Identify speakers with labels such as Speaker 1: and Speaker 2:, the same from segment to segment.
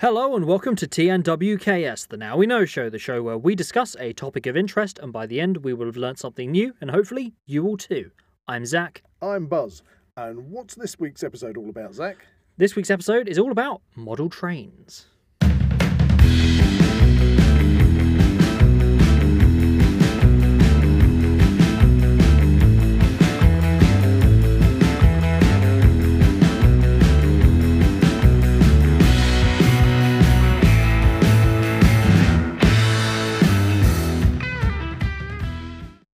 Speaker 1: Hello and welcome to TNWKS, the Now We Know show, the show where we discuss a topic of interest and by the end we will have learnt something new and hopefully you will too. I'm Zach.
Speaker 2: I'm Buzz. And what's this week's episode all about, Zach?
Speaker 1: This week's episode is all about model trains.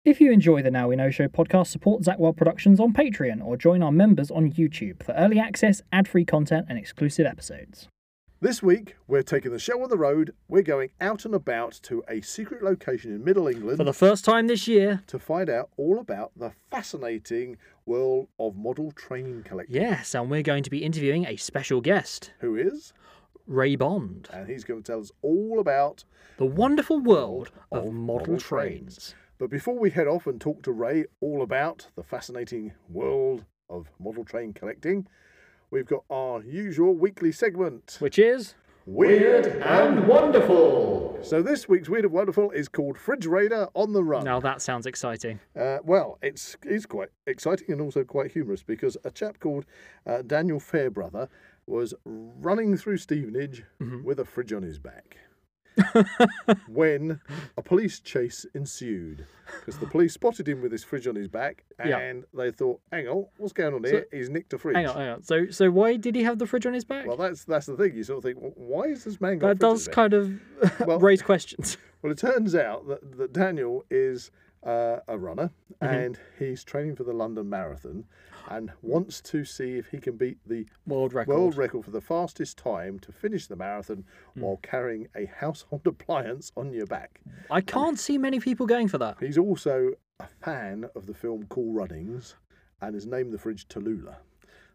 Speaker 1: If you enjoy the Now We Know Show podcast, support Zackwell Productions on Patreon or join our members on YouTube for early access, ad free content, and exclusive episodes.
Speaker 2: This week, we're taking the show on the road. We're going out and about to a secret location in Middle England
Speaker 1: For the first time this year,
Speaker 2: to find out all about the fascinating world of model train collecting.
Speaker 1: yes, and we're going to be interviewing a special guest,
Speaker 2: Who is?
Speaker 1: Ray Bond,
Speaker 2: And he's going to tell us all about.
Speaker 1: the wonderful world of
Speaker 2: Of
Speaker 1: model
Speaker 2: model
Speaker 1: trains.
Speaker 2: trains. But before we head off and talk to Ray all about the fascinating world of model train collecting, we've got our usual weekly segment.
Speaker 1: Which is.
Speaker 2: Weird
Speaker 1: and wonderful!
Speaker 2: So this week's Weird and Wonderful is called Fridge Raider on the Run.
Speaker 1: Now that sounds exciting.
Speaker 2: Uh, well, it's is quite exciting and also quite humorous because a chap called uh, Daniel Fairbrother was running through Stevenage
Speaker 1: Mm-hmm.
Speaker 2: with a fridge on his back when a police chase ensued because the police spotted him with his fridge on his back and
Speaker 1: Yeah.
Speaker 2: they thought, "Hang on, what's going on here? He's nicked a fridge."
Speaker 1: Hang on, hang on. So, so why did he have the fridge on his back?
Speaker 2: Well, that's that's the thing. You sort of think, well, why is this man got a
Speaker 1: that
Speaker 2: fridge on his
Speaker 1: does
Speaker 2: back?"
Speaker 1: kind of
Speaker 2: Well-
Speaker 1: raise questions.
Speaker 2: Well, it turns out that, that Daniel is uh, a runner and he's training for the London Marathon and wants to see if he can beat the
Speaker 1: World record.
Speaker 2: world record for the fastest time to finish the marathon while carrying a household appliance on your back.
Speaker 1: I can't see many people going for that.
Speaker 2: He's also a fan of the film Cool Runnings and has named the fridge Tallulah.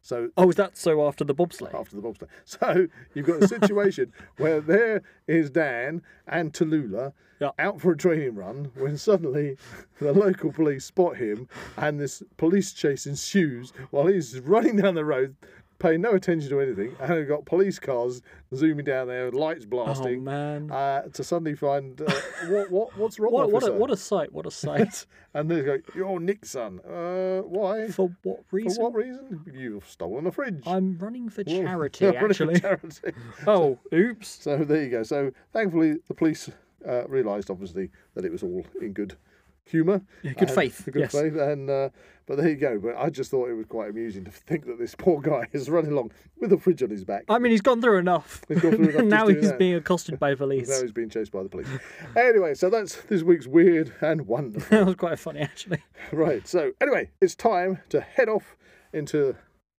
Speaker 2: So
Speaker 1: Oh, is that so after the bobsleigh?
Speaker 2: after the bobsleigh. So you've got a situation where there is Dan and Tallulah
Speaker 1: Yeah.
Speaker 2: out for a training run when suddenly the local police spot him and this police chase ensues while he's running down the road. Paying no attention to anything, and we've got police cars zooming down there, lights
Speaker 1: oh
Speaker 2: blasting,
Speaker 1: man.
Speaker 2: uh, to suddenly find uh, what, what what's wrong,
Speaker 1: What, what,
Speaker 2: officer?
Speaker 1: a, what a sight, what a sight.
Speaker 2: And they go, "You're Nick's son. Uh, why?
Speaker 1: For
Speaker 2: For,
Speaker 1: what reason?
Speaker 2: what reason? You've stolen a fridge.
Speaker 1: I'm running for
Speaker 2: Well,
Speaker 1: charity,
Speaker 2: running for
Speaker 1: actually.
Speaker 2: charity.
Speaker 1: oh, oops.
Speaker 2: So there you go. So thankfully, the police uh, realised obviously that it was all in good humour,
Speaker 1: Yeah, good
Speaker 2: and-
Speaker 1: faith,
Speaker 2: good
Speaker 1: yes.
Speaker 2: faith. And uh, but there you go. But I just thought it was quite amusing to think that this poor guy is running along with a fridge on his back.
Speaker 1: I mean, he's gone through enough.
Speaker 2: He's gone through enough just
Speaker 1: now
Speaker 2: doing
Speaker 1: he's
Speaker 2: that.
Speaker 1: being accosted by
Speaker 2: now
Speaker 1: police.
Speaker 2: he's being chased by the police. anyway, so that's this week's weird and wonderful.
Speaker 1: that was quite funny, actually.
Speaker 2: right. So anyway, it's time to head off into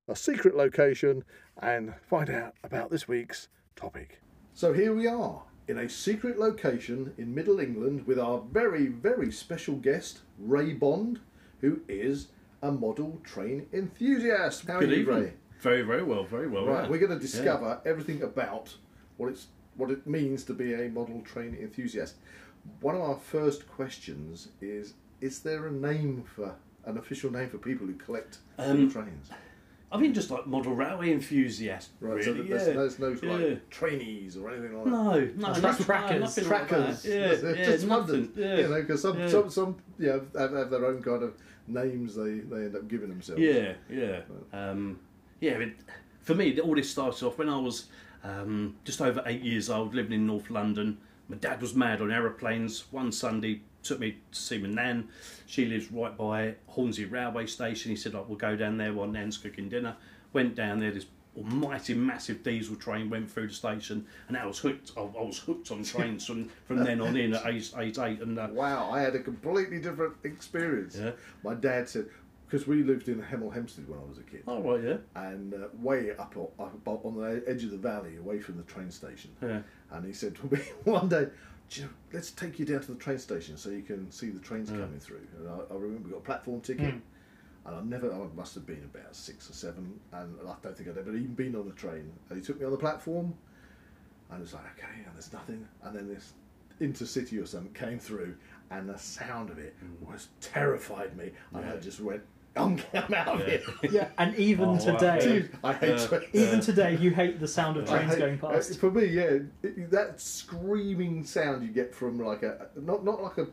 Speaker 2: a secret location and find out about this week's topic. So here we are in a secret location in Middle England with our very, very special guest, Ray Bond, who is a model train enthusiast. How
Speaker 3: Good
Speaker 2: are you,
Speaker 3: evening.
Speaker 2: Ray?
Speaker 3: Very, very well, very well.
Speaker 2: Right,
Speaker 3: yeah.
Speaker 2: we're going to discover everything about what it's what it means to be a model train enthusiast. One of our first questions is: Is there a name for an official name for people who collect
Speaker 3: Um,
Speaker 2: model trains?
Speaker 3: I mean, just like model railway enthusiast,
Speaker 2: Right,
Speaker 3: really.
Speaker 2: so that there's,
Speaker 3: yeah.
Speaker 2: there's no like
Speaker 3: yeah.
Speaker 2: trainees or anything like that.
Speaker 3: No, no,
Speaker 2: Tra-
Speaker 3: no, no,
Speaker 2: trackers,
Speaker 3: nothing like
Speaker 2: trackers.
Speaker 3: that. Yeah,
Speaker 2: they're
Speaker 3: yeah,
Speaker 2: just
Speaker 3: nothing,
Speaker 2: funded.
Speaker 3: yeah,
Speaker 2: you know, because some,
Speaker 3: yeah.
Speaker 2: some, some, yeah, have, have their own kind of names they, they end up giving themselves.
Speaker 3: Yeah, yeah, um, yeah. It, for me, all this started off when I was um, just over eight years old, living in North London. My dad was mad on aeroplanes. One Sunday, took me to see my nan. She lives right by Hornsey railway station. He said, "Like, we'll go down there while nan's cooking dinner." Went down there. This almighty massive diesel train went through the station, and I was hooked. I, I was hooked on trains from, from then on in at age, age eight. And uh,
Speaker 2: Wow, I had a completely different experience.
Speaker 3: Yeah.
Speaker 2: My dad said, because we lived in Hemel Hempstead when I was a kid,
Speaker 3: all Oh, right, yeah.
Speaker 2: and uh, way up, o- up abo- on the edge of the valley, away from the train station.
Speaker 3: Yeah.
Speaker 2: And he said to me one day, "Do you know, let's take you down to the train station so you can see the trains coming through. And I, I remember we got a platform ticket, and I never, I must have been about six or seven, and I don't think I'd ever even been on a train. And he took me on the platform, and it's like, okay, and there's nothing. And then this intercity or something came through, and the sound of it was terrified me. And I just went, I'm, I'm out of here.
Speaker 4: Yeah.
Speaker 1: And even
Speaker 3: Oh, wow.
Speaker 1: today,
Speaker 2: Dude, I hate
Speaker 3: Uh,
Speaker 2: Twitter.
Speaker 1: even today, you hate the sound of
Speaker 2: I
Speaker 1: trains
Speaker 2: hate-
Speaker 1: going
Speaker 2: uh,
Speaker 1: past.
Speaker 2: For me, yeah, it, that screaming sound you get from like a not not like a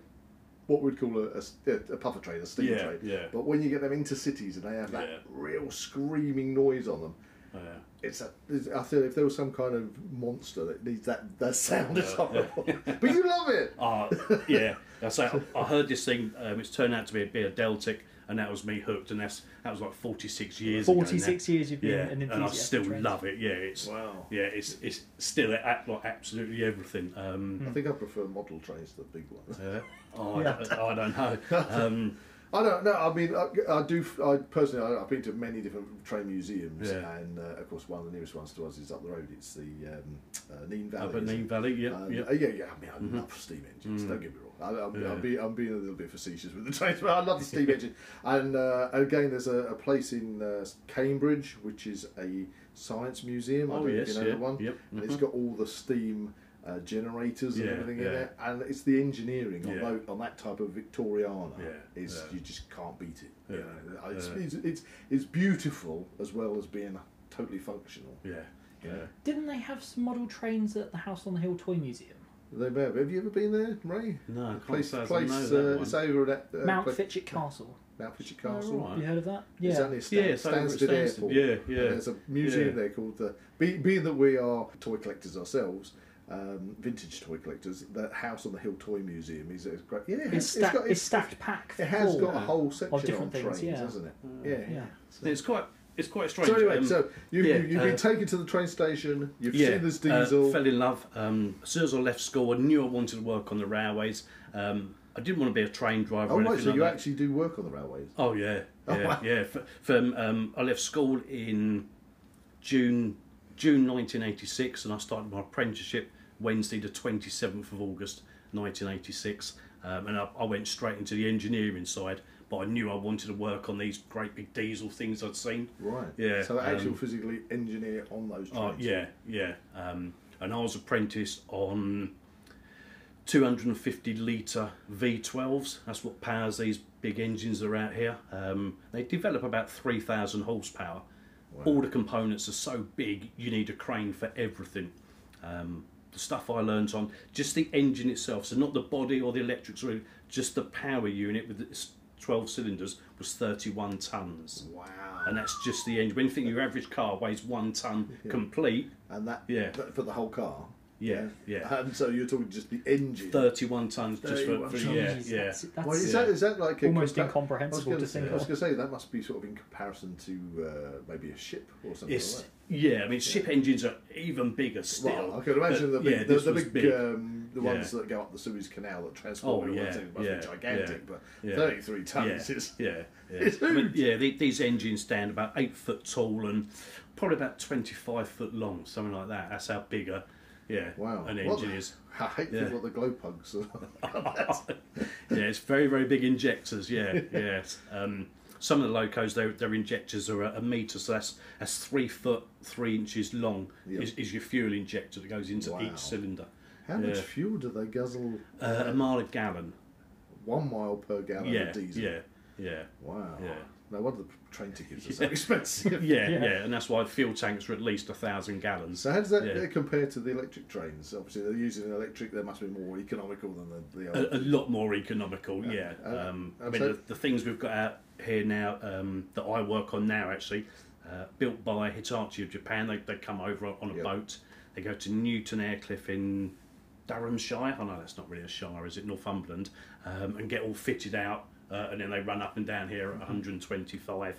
Speaker 2: what we'd call a, a s- a- a puffer train, a steam
Speaker 3: Yeah,
Speaker 2: train,
Speaker 3: yeah.
Speaker 2: but when you get them into cities and they have that
Speaker 3: Yeah.
Speaker 2: real screaming noise on them,
Speaker 3: Oh, Yeah.
Speaker 2: it's a. It's, I feel if there was some kind of monster that needs that that sound, it's horrible. but you love it.
Speaker 3: Uh, yeah, that's I, I heard this thing. Um, it's turned out to be, be a Deltic, and that was me hooked. And that's that was like forty six years. ago now.
Speaker 1: 46 years you've been
Speaker 3: Yeah,
Speaker 1: an
Speaker 3: and I
Speaker 1: enthusiast for
Speaker 3: still
Speaker 1: trains.
Speaker 3: love it. Yeah, it's
Speaker 2: Wow.
Speaker 3: Yeah, it's it's still a- a- like absolutely everything. Um,
Speaker 2: I think I prefer model trains to the big
Speaker 1: Hmm.
Speaker 2: ones.
Speaker 3: uh, oh, I, don't, I don't know. Um,
Speaker 2: I don't know. I mean, I, I do. I personally, I, I've been to many different train museums,
Speaker 3: Yeah.
Speaker 2: and uh, of course, one of the nearest ones to us is up the road. It's the um, uh, Neen Valley. isn't
Speaker 3: Aberdeen
Speaker 2: it?
Speaker 3: Valley. Yeah,
Speaker 2: And,
Speaker 3: yeah. Mm-hmm. Mm.
Speaker 2: uh, yeah, yeah. I mean, I love steam engines. Don't get me wrong. I, I'm,
Speaker 3: Yeah.
Speaker 2: I'm, being, I'm being a little bit facetious with the trains, but I love the steam engine. And uh, again, there's a, a place in uh, Cambridge which is a science museum. I
Speaker 3: Oh,
Speaker 2: don't know if
Speaker 3: yes,
Speaker 2: you know
Speaker 3: yeah,
Speaker 2: the one.
Speaker 3: yep, Mm-hmm.
Speaker 2: And it's got all the steam. Uh, generators and
Speaker 3: Yeah,
Speaker 2: everything
Speaker 3: yeah.
Speaker 2: in it, and it's the engineering on,
Speaker 3: Yeah.
Speaker 2: tho- on that type of Victoriana
Speaker 3: Yeah,
Speaker 2: is
Speaker 3: yeah.
Speaker 2: you just can't beat it. you
Speaker 3: Yeah,
Speaker 2: know. Uh, It's,
Speaker 3: yeah.
Speaker 2: it's, it's it's beautiful as well as being totally functional.
Speaker 3: yeah, yeah.
Speaker 1: Didn't they have some model trains at the House on the Hill Toy Museum?
Speaker 2: They may have. Have you ever been there, Ray?
Speaker 3: No, I can't
Speaker 2: place,
Speaker 3: say I
Speaker 2: place,
Speaker 3: know that
Speaker 2: uh,
Speaker 3: one.
Speaker 2: it's over at uh,
Speaker 1: Mount
Speaker 2: place-
Speaker 1: Fitchett Castle.
Speaker 2: Mount Fitchett Castle.
Speaker 3: right.
Speaker 1: You heard of that?
Speaker 2: It's
Speaker 1: Yeah.
Speaker 2: only Stan-
Speaker 3: Yeah, it's over at
Speaker 2: Stansted
Speaker 3: Stansted,
Speaker 2: Airport.
Speaker 3: yeah,
Speaker 2: And
Speaker 3: yeah,
Speaker 2: There's a museum
Speaker 3: yeah.
Speaker 2: there called the. Be, being that we are toy collectors ourselves, um, vintage toy collectors, that House on the Hill Toy Museum is, is great. Yeah,
Speaker 1: It's, sta-
Speaker 2: got,
Speaker 1: it's stacked pack.
Speaker 2: it has
Speaker 1: full.
Speaker 2: got a whole section
Speaker 1: different
Speaker 2: on
Speaker 1: things,
Speaker 2: trains,
Speaker 1: yeah. Mm.
Speaker 2: hasn't it? yeah.
Speaker 1: Yeah.
Speaker 3: It's quite it's quite strange.
Speaker 2: So anyway,
Speaker 3: Um,
Speaker 2: so you,
Speaker 3: yeah,
Speaker 2: you, you've been
Speaker 3: uh,
Speaker 2: taken to the train station. You've
Speaker 3: yeah,
Speaker 2: seen this
Speaker 3: uh,
Speaker 2: diesel.
Speaker 3: fell in love. Um, as soon as I left school, I knew I wanted to work on the railways. Um, I didn't want to be a train driver.
Speaker 2: oh
Speaker 3: or
Speaker 2: right,
Speaker 3: anything
Speaker 2: so
Speaker 3: like
Speaker 2: you
Speaker 3: that.
Speaker 2: actually do work on the railways.
Speaker 3: Oh yeah, yeah,
Speaker 2: wow.
Speaker 3: yeah. F- From um, I left school in June June 1986, and I started my apprenticeship Wednesday the 27th of August 1986, um, and I, I went straight into the engineering side. But I knew I wanted to work on these great big diesel things I'd seen.
Speaker 2: Right.
Speaker 3: Yeah.
Speaker 2: So actual
Speaker 3: um,
Speaker 2: physically engineer on those trains.
Speaker 3: Oh yeah, yeah. Um, and I was apprenticed on 250 litre V12s. That's what powers these big engines that are out here. Um, they develop about 3,000 horsepower. All the components are so big, you need a crane for everything. Um, the stuff I learnt on just the engine itself, so not the body or the electrics, or anything, just the power unit with its 12 cylinders was 31 tons
Speaker 2: Wow.
Speaker 3: and that's just the engine. When you think your average car weighs one ton complete,
Speaker 2: And that,
Speaker 3: Yeah.
Speaker 2: that for the whole car.
Speaker 3: yeah, yeah,
Speaker 2: And so you're talking just the engine.
Speaker 3: thirty-one tons just
Speaker 2: 31
Speaker 3: for, for
Speaker 2: tons.
Speaker 3: yeah,
Speaker 1: Jeez,
Speaker 3: yeah.
Speaker 1: that's, that's
Speaker 2: Well, is,
Speaker 3: yeah.
Speaker 2: that, is that like a
Speaker 1: Almost
Speaker 2: compa-
Speaker 1: incomprehensible
Speaker 2: I was
Speaker 1: to think
Speaker 2: gonna say- I was
Speaker 1: of.
Speaker 2: going to say that must be sort of in comparison to uh, maybe a ship or something.
Speaker 3: It's
Speaker 2: like that.
Speaker 3: yeah. I mean, ship engines are even bigger still.
Speaker 2: Well, I could imagine the
Speaker 3: but,
Speaker 2: big,
Speaker 3: yeah,
Speaker 2: the,
Speaker 3: this
Speaker 2: the
Speaker 3: was
Speaker 2: big,
Speaker 3: big.
Speaker 2: Um, the
Speaker 3: Yeah.
Speaker 2: ones that go up the Suez Canal that transport
Speaker 3: Oh,
Speaker 2: it
Speaker 3: yeah,
Speaker 2: must be
Speaker 3: yeah,
Speaker 2: gigantic, but
Speaker 3: yeah.
Speaker 2: 33 tons
Speaker 3: yeah,
Speaker 2: is
Speaker 3: yeah, yeah.
Speaker 2: it's
Speaker 3: I mean,
Speaker 2: huge.
Speaker 3: yeah, the- these engines stand about eight foot tall and probably about twenty-five foot long, something like that. That's how big a yeah
Speaker 2: wow.
Speaker 3: an
Speaker 2: What
Speaker 3: engine
Speaker 2: the-
Speaker 3: is.
Speaker 2: I hate
Speaker 3: Yeah.
Speaker 2: what the glow pugs are.
Speaker 3: yeah, it's very, very big injectors. Yeah, yeah. Um, some of the locos, their, their injectors are a, a meter, so that's that's three foot three inches long.
Speaker 2: Yeah.
Speaker 3: Is, is your fuel injector that goes into
Speaker 2: Wow.
Speaker 3: each cylinder?
Speaker 2: How much fuel do they guzzle?
Speaker 3: Uh, a mile a gallon.
Speaker 2: One mile per gallon
Speaker 3: Yeah,
Speaker 2: of Oh, diesel.
Speaker 3: yeah, yeah.
Speaker 2: Wow.
Speaker 3: Yeah.
Speaker 2: No wonder the train tickets are so expensive.
Speaker 3: Yeah, yeah, and that's why fuel tanks are at least a thousand gallons.
Speaker 2: So how does that
Speaker 3: Yeah.
Speaker 2: uh, compare to the electric trains? Obviously, they're using an electric. They must be more economical than the, the old.
Speaker 3: a, a lot more economical. Yeah, um, I
Speaker 2: and
Speaker 3: mean
Speaker 2: Uh, so-
Speaker 3: the, the things we've got out here now um, that I work on now actually, uh, built by Hitachi of Japan. They, they come over on- on a
Speaker 2: Yeah.
Speaker 3: boat. They go to Newton Aircliff in Durhamshire. I know that's not really a shire, is it? Northumberland, um, and get all fitted out, uh, and then they run up and down here at 125.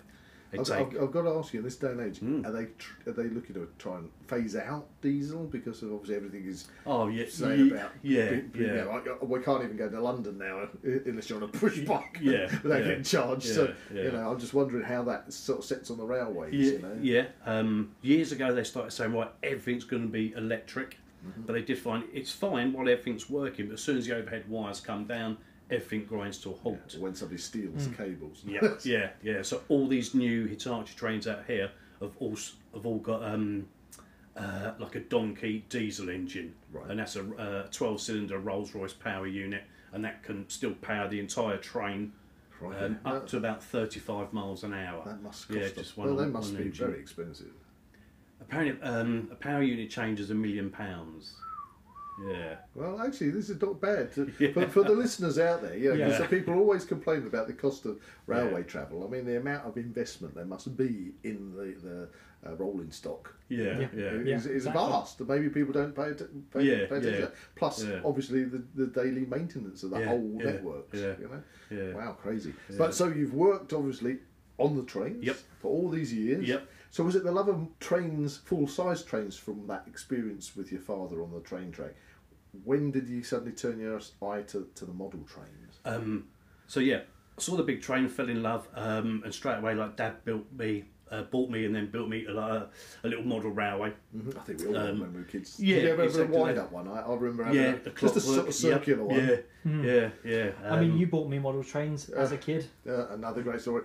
Speaker 3: They
Speaker 2: Mm-hmm. I've,
Speaker 3: take Hmm.
Speaker 2: I've, I've got to ask you, in this day and age, are they tr- are they looking to try and phase out diesel because of obviously everything is
Speaker 3: oh yeah,
Speaker 2: saying
Speaker 3: ye-
Speaker 2: about
Speaker 3: yeah,
Speaker 2: be- be-
Speaker 3: yeah.
Speaker 2: you know, like, uh, we can't even go to London now uh, unless you're on a push bike
Speaker 3: yeah,
Speaker 2: without
Speaker 3: yeah,
Speaker 2: getting charged. so
Speaker 3: yeah,
Speaker 2: you
Speaker 3: yeah.
Speaker 2: know, I'm just wondering how that sort of sets on the railways.
Speaker 3: Yeah,
Speaker 2: you know?
Speaker 3: yeah. Um, years ago, they started saying, right, everything's going to be electric.
Speaker 2: Mm-hmm.
Speaker 3: But they did find it's fine while everything's working, but as soon as the overhead wires come down, everything grinds to a halt.
Speaker 2: When somebody steals cables.
Speaker 3: Yeah, yeah, yeah. So all these new Hitachi trains out here have all s- have all got um, uh, like a donkey diesel engine,
Speaker 2: Right.
Speaker 3: and that's a uh, twelve cylinder Rolls Royce power unit, and that can still power the entire train
Speaker 2: Crikey.
Speaker 3: um, up
Speaker 2: that,
Speaker 3: to about 35 miles an hour.
Speaker 2: that must cost
Speaker 3: yeah,
Speaker 2: yeah,
Speaker 3: just one,
Speaker 2: Well, they
Speaker 3: one
Speaker 2: must be
Speaker 3: engine.
Speaker 2: very expensive.
Speaker 3: Apparently, um, a power unit change is a million pounds. Yeah.
Speaker 2: Well, actually, this is not bad. To,
Speaker 3: Yeah.
Speaker 2: for, for the listeners out there, yeah, 'cause
Speaker 3: Yeah.
Speaker 2: the people always complain about the cost of railway travel. I mean, the amount of investment there must be in the, the uh, rolling stock
Speaker 3: Yeah, yeah.
Speaker 2: is,
Speaker 1: Yeah,
Speaker 2: is
Speaker 1: exactly.
Speaker 2: vast. and Maybe people don't pay, atten- pay,
Speaker 3: Yeah,
Speaker 2: pay attention.
Speaker 3: yeah,
Speaker 2: Plus,
Speaker 3: yeah.
Speaker 2: obviously, the, the daily maintenance of the
Speaker 3: Yeah,
Speaker 2: whole
Speaker 3: yeah,
Speaker 2: networks.
Speaker 3: yeah,
Speaker 2: You know?
Speaker 3: yeah.
Speaker 2: Wow, crazy. But so you've worked, obviously, on the trains
Speaker 3: Yep.
Speaker 2: for all these years.
Speaker 3: Yep.
Speaker 2: So was it the love of trains, full-size trains, from that experience with your father on the train track? When did you suddenly turn your eye to, to the model trains?
Speaker 3: Uh, So yeah, saw the big train, fell in love, um, and straight away, like Dad built me, uh, bought me, and then built me a, like, a, a little model railway.
Speaker 2: I think we all remember when we were kids.
Speaker 3: um, yeah,
Speaker 2: Did you ever have a
Speaker 3: exactly.
Speaker 2: wind-up one? I, I remember having
Speaker 3: Yeah,
Speaker 2: a-
Speaker 3: the
Speaker 2: just a sort
Speaker 3: clockwork,
Speaker 2: of circular
Speaker 3: yep,
Speaker 2: one.
Speaker 3: Yeah, yeah, yeah.
Speaker 1: I mean,
Speaker 3: um,
Speaker 1: you bought me model trains as a kid.
Speaker 2: Uh, another great story.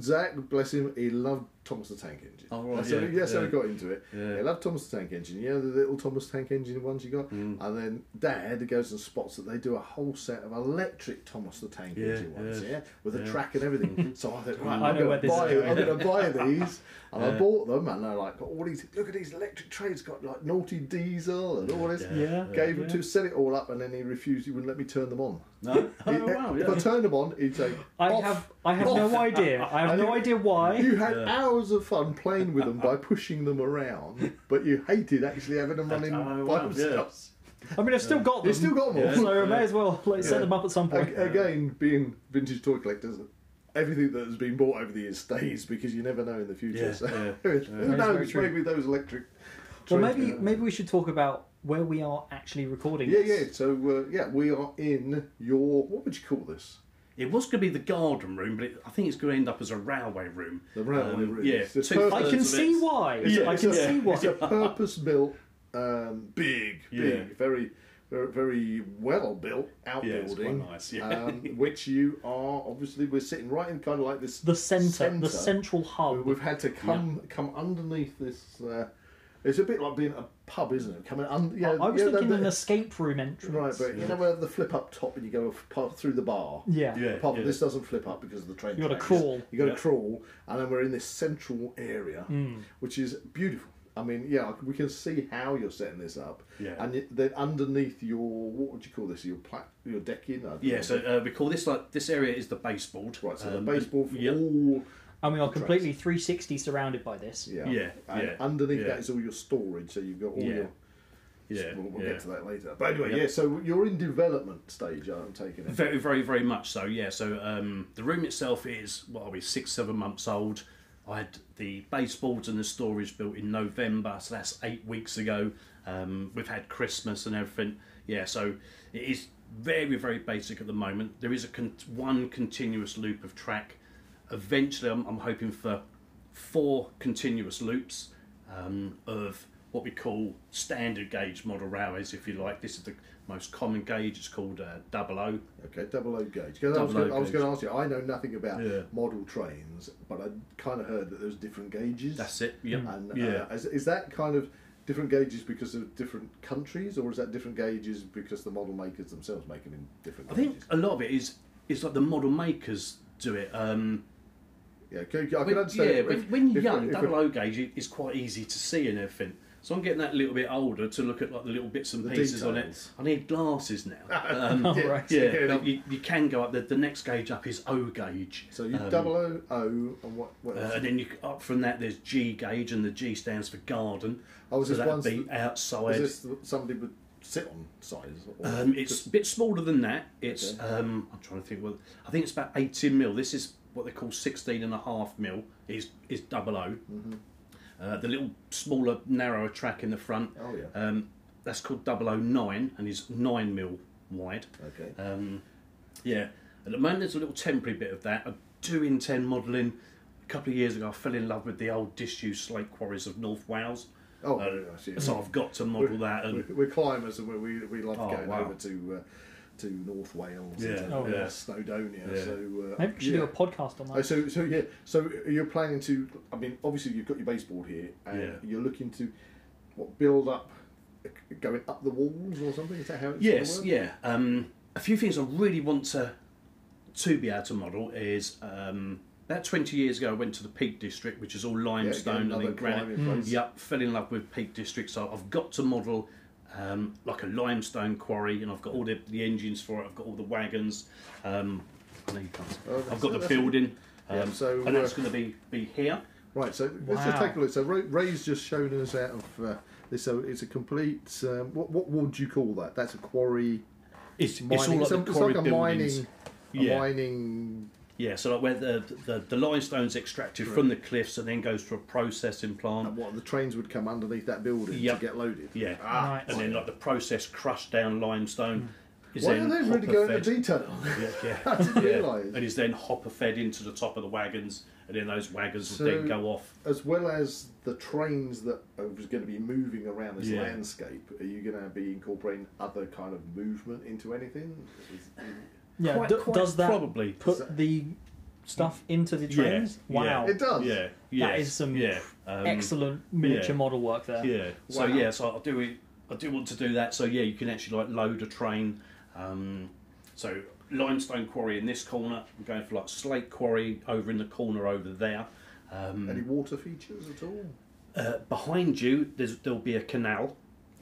Speaker 2: Zach, bless him, he loved Thomas the Tank Engine.
Speaker 3: Oh, right,
Speaker 2: that's how,
Speaker 3: yeah,
Speaker 2: that's how
Speaker 3: yeah.
Speaker 2: he got into it.
Speaker 3: Yeah.
Speaker 2: He loved Thomas the Tank Engine. You know the little Thomas Tank Engine ones you got?
Speaker 3: Hmm.
Speaker 2: And then Dad goes and spots that they do a whole set of electric Thomas the Tank
Speaker 3: Yeah,
Speaker 2: Engine ones,
Speaker 3: yeah.
Speaker 2: yeah, with a track and everything. so I thought, right,
Speaker 1: I
Speaker 2: I'm
Speaker 1: know where
Speaker 2: going to
Speaker 1: this is
Speaker 2: buy,
Speaker 1: going.
Speaker 2: I'm going to buy these. And I bought them, and they're like, got all these, look at these electric trains, got like naughty diesel and all this.
Speaker 1: Yeah,
Speaker 2: Gave him
Speaker 1: yeah.
Speaker 2: to set it all up, and then he refused, he wouldn't let me turn them on.
Speaker 3: no.
Speaker 2: He- eh,
Speaker 3: Oh, wow,
Speaker 2: If I
Speaker 3: yeah.
Speaker 2: turned them on, he'd say,
Speaker 1: I
Speaker 2: "Off,
Speaker 1: have, I have
Speaker 2: off."
Speaker 1: no idea. I have
Speaker 2: I
Speaker 1: no
Speaker 2: know-
Speaker 1: idea why.
Speaker 2: You had hours of fun playing with them by pushing them around, but you hated actually having them running
Speaker 3: Oh,
Speaker 2: by
Speaker 3: wow, yeah.
Speaker 2: themselves.
Speaker 1: I mean, I've still got them.
Speaker 2: You still got them all.
Speaker 1: so I may as well like set
Speaker 2: Yeah. uh,
Speaker 1: them up at some point.
Speaker 2: A- Again, being vintage toy collectors, everything that has been bought over the years stays because you never know in the future.
Speaker 3: Yeah,
Speaker 2: so
Speaker 3: yeah,
Speaker 2: who
Speaker 1: That's very
Speaker 2: knows?
Speaker 1: true.
Speaker 2: Maybe those electric.
Speaker 1: well,
Speaker 2: trains-
Speaker 1: maybe maybe we should talk about where we are actually recording.
Speaker 2: Yeah,
Speaker 1: this.
Speaker 2: yeah. So uh, yeah, we are in your what would you call this?
Speaker 3: It was going to be the garden room, but it, I think it's going to end up as a railway room.
Speaker 2: The
Speaker 3: Um,
Speaker 2: railway room.
Speaker 3: Yeah,
Speaker 2: It's the
Speaker 3: two-thirds
Speaker 1: I
Speaker 2: first-
Speaker 1: can
Speaker 3: of
Speaker 1: see
Speaker 3: it's-
Speaker 1: why.
Speaker 3: Yeah,
Speaker 1: I can
Speaker 2: it's a-
Speaker 1: see why.
Speaker 2: It's a purpose-built, um, big,
Speaker 3: Yeah.
Speaker 2: big, very, very, very well-built
Speaker 3: Yeah, it's quite
Speaker 2: outbuilding.
Speaker 3: nice. Yeah.
Speaker 2: um, which you are obviously we're sitting right in kind of like this
Speaker 1: the centre, the central
Speaker 2: We-
Speaker 1: hub.
Speaker 2: We've had to come come underneath this. Uh, it's a bit like being at a pub, isn't it? Coming un, yeah,
Speaker 1: I was
Speaker 2: yeah,
Speaker 1: thinking
Speaker 2: the,
Speaker 1: an
Speaker 2: the-
Speaker 1: escape room entrance.
Speaker 2: right, but you know where the flip up top and you go f- pub through the bar.
Speaker 1: yeah.
Speaker 3: Yeah.
Speaker 2: Apart from this doesn't flip up because of the train.
Speaker 1: You gotta
Speaker 2: tracks.
Speaker 1: crawl.
Speaker 2: You got to
Speaker 3: Yeah.
Speaker 2: crawl, and then we're in this central area,
Speaker 1: Hmm.
Speaker 2: which is beautiful. I mean, yeah, we can see how you're setting this up.
Speaker 3: Yeah.
Speaker 2: And y- then underneath your what would you call this? Your plat, your decking. I don't
Speaker 3: Yeah,
Speaker 2: know.
Speaker 3: so uh, we call this like this area is the baseboard.
Speaker 2: Right, so
Speaker 3: Um,
Speaker 2: the baseball for
Speaker 3: yeah.
Speaker 2: all.
Speaker 1: And we are completely 360 surrounded by this.
Speaker 2: Yeah,
Speaker 3: Yeah,
Speaker 2: And
Speaker 3: yeah,
Speaker 2: underneath
Speaker 3: yeah.
Speaker 2: that is all your storage, so you've got all
Speaker 3: Yeah,
Speaker 2: your.
Speaker 3: yeah,
Speaker 2: we'll we'll
Speaker 3: yeah.
Speaker 2: get to that later. But anyway,
Speaker 3: Yep.
Speaker 2: yeah, so you're in development stage, I'm taking it.
Speaker 3: Very, very, very much so. Yeah. So um, the room itself is what are we six, seven months old. I had the baseboards and the storage built in November, so that's eight weeks ago. Um, we've had Christmas and everything. Yeah. So it is very, very basic at the moment. There is a con- one continuous loop of track. Eventually, I'm, I'm hoping for four continuous loops um, of what we call standard gauge model railways, if you like. This is the most common gauge. It's called uh, double O.
Speaker 2: Okay, double O gauge. Because I was
Speaker 3: Double O
Speaker 2: gonna- I was
Speaker 3: gauge.
Speaker 2: going to ask you, I know nothing about
Speaker 3: Yeah.
Speaker 2: model trains, but I kind of heard that there's different gauges.
Speaker 3: That's it. Yep.
Speaker 2: And
Speaker 3: yeah.
Speaker 2: uh, is, is that kind of different gauges because of different countries, or is that different gauges because the model makers themselves make them in different
Speaker 3: I
Speaker 2: gauges?
Speaker 3: think a lot of it is is like the model makers do it. Um,
Speaker 2: yeah, okay, I can
Speaker 3: when,
Speaker 2: understand.
Speaker 3: yeah,
Speaker 2: if-
Speaker 3: when, when you're
Speaker 2: if-
Speaker 3: young,
Speaker 2: if-
Speaker 3: double O gauge i- is quite easy to see and everything. So I'm getting that little bit older to look at like the little bits and
Speaker 2: The
Speaker 3: pieces on it.
Speaker 2: details.
Speaker 3: I need glasses now. Um,
Speaker 1: Oh, right.
Speaker 3: yeah,
Speaker 2: okay,
Speaker 3: but
Speaker 2: now-
Speaker 3: you, you can go up. The, the next gauge up is O gauge. Um,
Speaker 2: So you double O O and what? what
Speaker 3: Uh,
Speaker 2: else?
Speaker 3: and then you up from that, there's G gauge, and the G stands for garden.
Speaker 2: Oh, is
Speaker 3: so
Speaker 2: this
Speaker 3: that'd
Speaker 2: one's
Speaker 3: be
Speaker 2: the-
Speaker 3: outside.
Speaker 2: Is this somebody would sit on size? Or
Speaker 3: Um, it's a bit smaller than that. It's um, I'm trying to think. Well, I think it's about 18 mil. This is what they call 16 and a half mil. Is is double O.
Speaker 2: Mm-hmm.
Speaker 3: Uh, the little smaller, narrower track in the front.
Speaker 2: Oh, yeah.
Speaker 3: Um, that's called 009 and is nine mil wide.
Speaker 2: okay.
Speaker 3: Um, yeah, at the moment there's a little temporary bit of that. I do intend modelling. A couple of years ago, I fell in love with the old disused slate quarries of North Wales.
Speaker 2: oh,
Speaker 3: uh,
Speaker 2: yeah, I see.
Speaker 3: So I've got to model that and
Speaker 2: we're, we're climbers and we we, we love
Speaker 3: Oh,
Speaker 2: going
Speaker 3: wow.
Speaker 2: over to uh, to North Wales
Speaker 3: Yeah,
Speaker 2: and to,
Speaker 3: oh,
Speaker 2: uh,
Speaker 3: yeah.
Speaker 2: Snowdonia.
Speaker 3: Yeah.
Speaker 2: So uh,
Speaker 1: Maybe we should
Speaker 2: yeah.
Speaker 1: do a podcast on
Speaker 2: Oh,
Speaker 1: that.
Speaker 2: so so yeah. So you're planning to? I mean, obviously you've got your baseboard here, and
Speaker 3: Yeah.
Speaker 2: you're looking to what build up, going up the walls or something. Is that how it's gonna
Speaker 3: Yes,
Speaker 2: work?
Speaker 3: yeah. Um, a few things I really want to to be able to model is um, about 20 years ago, I went to the Peak District, which is all limestone and
Speaker 2: another
Speaker 3: then granite. Mm.
Speaker 2: climbing place.
Speaker 3: Yep, fell in love with Peak District, so I've got to model um, like a limestone quarry, and I've got all the, the engines for it, I've got all the wagons. Um, no, you can't.
Speaker 2: Oh, that's
Speaker 3: I've got
Speaker 2: it,
Speaker 3: the
Speaker 2: that's it.
Speaker 3: building, um,
Speaker 2: Yeah, so,
Speaker 3: and that's
Speaker 2: uh,
Speaker 3: going to be, be here.
Speaker 2: Right, so let's just
Speaker 1: Wow.
Speaker 2: take a look. So Ray, Ray's just shown us out of uh, this. So it's a complete. Um, what what would you call that? That's a quarry.
Speaker 3: It's,
Speaker 2: Mining.
Speaker 3: it's all like
Speaker 2: it's, a,
Speaker 3: the
Speaker 2: it's
Speaker 3: quarry
Speaker 2: like a
Speaker 3: buildings.
Speaker 2: mining. A
Speaker 3: Yeah.
Speaker 2: mining.
Speaker 3: Yeah, so like where the the, the limestone's extracted from the cliffs and then goes to a processing plant.
Speaker 2: What the trains would come underneath that building
Speaker 3: Yep.
Speaker 2: to get loaded.
Speaker 3: Yeah,
Speaker 1: Ah,
Speaker 3: and then like the processed crushed down limestone is
Speaker 2: Hmm. Why are
Speaker 3: then
Speaker 2: they
Speaker 3: hopper
Speaker 2: really going
Speaker 3: fed.
Speaker 2: into detail? on that?
Speaker 3: Yeah, yeah.
Speaker 2: I didn't
Speaker 3: Yeah.
Speaker 2: realise.
Speaker 3: And is then hopper fed into the top of the wagons, and then those wagons
Speaker 2: So-
Speaker 3: will then go off.
Speaker 2: As well as the trains that are going to be moving around this
Speaker 3: Yeah.
Speaker 2: landscape, are you going to be incorporating other kind of movement into anything? Is-
Speaker 1: Yeah,
Speaker 3: Quite-
Speaker 1: d-
Speaker 3: quite
Speaker 1: does that
Speaker 3: probably.
Speaker 1: put the stuff into the trains?
Speaker 3: Yeah,
Speaker 1: Wow,
Speaker 3: yeah.
Speaker 2: It does.
Speaker 3: Yeah, yeah,
Speaker 1: that is some
Speaker 3: yeah, um,
Speaker 1: excellent miniature model work there.
Speaker 3: Yeah. So
Speaker 2: Wow.
Speaker 3: yeah, so I do it. I do want to do that. So yeah, you can actually like load a train. Um, so limestone quarry in this corner. I'm going for like slate quarry over in the corner over there. Um,
Speaker 2: Any water features at all?
Speaker 3: uh, behind you, there's, there'll be a canal.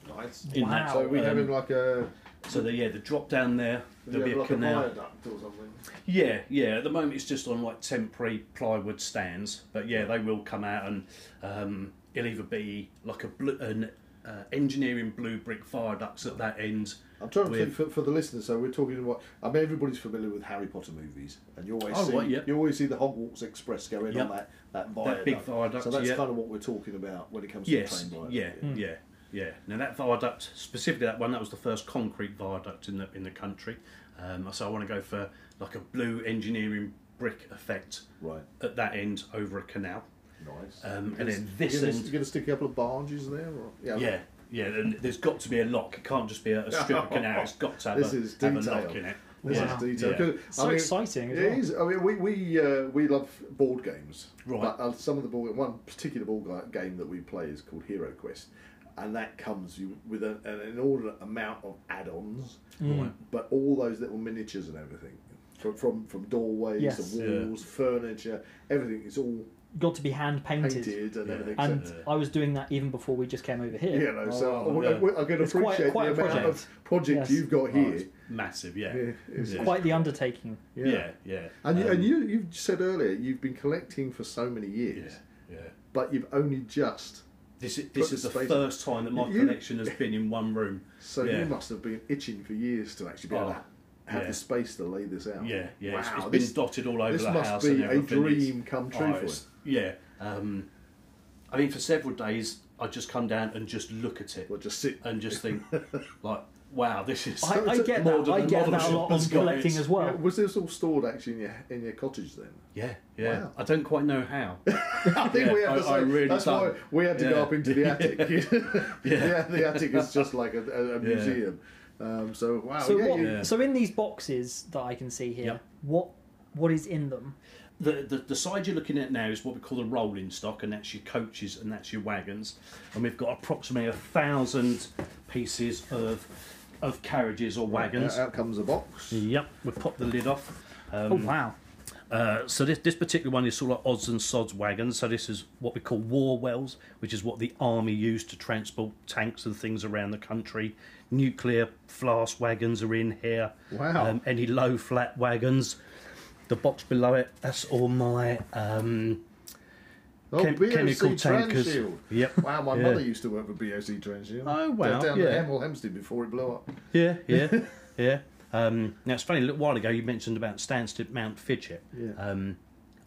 Speaker 2: Nice.
Speaker 3: In
Speaker 1: Wow.
Speaker 3: that,
Speaker 2: So we having like a
Speaker 3: so the, yeah, the drop down there.
Speaker 2: we
Speaker 3: There'll be
Speaker 2: have
Speaker 3: a
Speaker 2: like
Speaker 3: canal.
Speaker 2: a viaduct or something.
Speaker 3: Yeah, yeah. At the moment, it's just on like temporary plywood stands, but yeah, they will come out and um, it'll either be like a blue, an uh, engineering blue brick viaducts at that end.
Speaker 2: I'm trying to
Speaker 3: with-
Speaker 2: think for, for the listeners. So we're talking about. I mean, everybody's familiar with Harry Potter movies, and you always
Speaker 3: Oh,
Speaker 2: see
Speaker 3: right, yeah.
Speaker 2: you always see the Hogwarts Express go in
Speaker 3: Yep.
Speaker 2: on that that viaduct.
Speaker 3: That big viaduct,
Speaker 2: So that's
Speaker 3: yeah.
Speaker 2: kind of what we're talking about when it comes
Speaker 3: Yes,
Speaker 2: to the train
Speaker 3: yeah,
Speaker 2: viaduct.
Speaker 3: yeah, yeah. Now that viaduct, specifically that one, that was the first concrete viaduct in the in the country. Um, so I want to go for like a blue engineering brick effect
Speaker 2: Right.
Speaker 3: at that end over a canal,
Speaker 2: Nice.
Speaker 3: um, and
Speaker 2: You're
Speaker 3: then
Speaker 2: gonna-
Speaker 3: this
Speaker 2: You're
Speaker 3: end
Speaker 2: going to stick a couple of barges there, or
Speaker 3: Yeah, yeah. Then there's got to be a lock. It can't just be a, a strip of canal. It's got to have,
Speaker 2: This
Speaker 3: a,
Speaker 2: is
Speaker 3: have a
Speaker 2: detail.
Speaker 3: lock in it.
Speaker 2: This
Speaker 1: Yeah.
Speaker 2: is detail.
Speaker 3: Yeah.
Speaker 2: 'Cause,
Speaker 1: So exciting as
Speaker 2: It
Speaker 1: well.
Speaker 2: is. I mean, we we uh, we love board games.
Speaker 3: Right.
Speaker 2: But uh, some of the board one particular board ga- game that we play is called Hero Quest, and that comes you with a, an inordinate amount of add-ons,
Speaker 3: Mm.
Speaker 2: but all those little miniatures and everything. From, from from doorways
Speaker 1: Yes.
Speaker 2: and
Speaker 3: Yeah.
Speaker 2: walls, furniture, everything is all
Speaker 1: Got to be hand painted.
Speaker 2: painted and
Speaker 3: Yeah.
Speaker 2: everything.
Speaker 1: And
Speaker 2: so-
Speaker 1: I was doing that even before we just came over here.
Speaker 2: you know, so
Speaker 3: Oh,
Speaker 2: I, I, I can
Speaker 1: It's quite-
Speaker 2: appreciate
Speaker 1: quite a
Speaker 2: the amount
Speaker 1: project.
Speaker 2: of project
Speaker 1: Yes.
Speaker 2: you've got
Speaker 3: Oh,
Speaker 2: here.
Speaker 3: it's massive. Yeah.
Speaker 2: Yeah,
Speaker 3: Yeah.
Speaker 2: it's-
Speaker 3: yeah.
Speaker 1: Quite the undertaking.
Speaker 3: yeah. yeah,
Speaker 2: And, you,
Speaker 3: Um,
Speaker 2: and you, you said earlier you've been collecting for so many
Speaker 3: yeah,
Speaker 2: years,
Speaker 3: yeah.
Speaker 2: but you've only just.
Speaker 3: This is this
Speaker 2: the
Speaker 3: is the
Speaker 2: space-
Speaker 3: first time that my
Speaker 2: You-
Speaker 3: collection has been in one room.
Speaker 2: So
Speaker 3: yeah.
Speaker 2: you must have been itching for years to actually be able
Speaker 3: Oh,
Speaker 2: to have
Speaker 3: yeah.
Speaker 2: the space to lay this out.
Speaker 3: Yeah, yeah.
Speaker 2: Wow,
Speaker 3: it's, it's been
Speaker 2: this,
Speaker 3: dotted all over
Speaker 2: this
Speaker 3: the
Speaker 2: must
Speaker 3: house.
Speaker 2: be a
Speaker 3: and everything. It's- oh,
Speaker 2: dream come true for
Speaker 3: it's-
Speaker 2: him.
Speaker 3: Yeah. Um, I mean, for several days, I just come down and just look at it
Speaker 2: Well, just sit.
Speaker 3: and just think, like, wow, this is.
Speaker 1: I, I
Speaker 2: it's a
Speaker 1: get
Speaker 3: model-
Speaker 1: that. I get that
Speaker 3: model
Speaker 1: a lot
Speaker 3: shop
Speaker 1: on
Speaker 3: has got
Speaker 1: collecting
Speaker 3: its-
Speaker 1: as well.
Speaker 2: was this all stored actually in your in your cottage then?
Speaker 3: Yeah, yeah.
Speaker 2: Wow.
Speaker 3: I don't quite know how.
Speaker 2: I think
Speaker 3: Yeah,
Speaker 2: we had
Speaker 3: I-
Speaker 2: the same.
Speaker 3: I really
Speaker 2: that's why
Speaker 3: don't.
Speaker 2: we had to go
Speaker 3: Yeah.
Speaker 2: up into the attic. yeah. the attic is just like a, a, a
Speaker 3: Yeah.
Speaker 2: museum. Um, so wow,
Speaker 1: So
Speaker 2: yeah,
Speaker 1: what?
Speaker 2: you-
Speaker 1: So in these boxes that I can see here,
Speaker 3: Yeah.
Speaker 1: what what is in them?
Speaker 3: The, the the side you're looking at now is what we call the rolling stock, and that's your coaches and that's your wagons, and we've got approximately a thousand pieces of of carriages or wagons.
Speaker 2: out, uh, out comes a box.
Speaker 3: Yep, we've popped the lid off. Um,
Speaker 1: oh wow!
Speaker 3: Uh, so this this particular one is sort of like odds and sods wagons. So this is what we call war wells, which is what the army used to transport tanks and things around the country. Nuclear flask wagons are in here. Um,
Speaker 2: Wow.
Speaker 3: any low flat wagons. The box below it, that's all my um,
Speaker 2: Oh,
Speaker 3: Chem-
Speaker 2: BOC
Speaker 3: chemical
Speaker 2: Transhield.
Speaker 3: tankers. Yep.
Speaker 2: Wow, my
Speaker 3: Yeah.
Speaker 2: mother used to work for BOC Transhield.
Speaker 3: Oh, wow,
Speaker 2: Down at
Speaker 3: yeah.
Speaker 2: Hemel Hempstead before it blew up.
Speaker 3: Yeah, yeah, yeah. Um, now it's funny. A little while ago, you mentioned about Stansted Mount Fidget.
Speaker 2: Yeah.
Speaker 3: Um,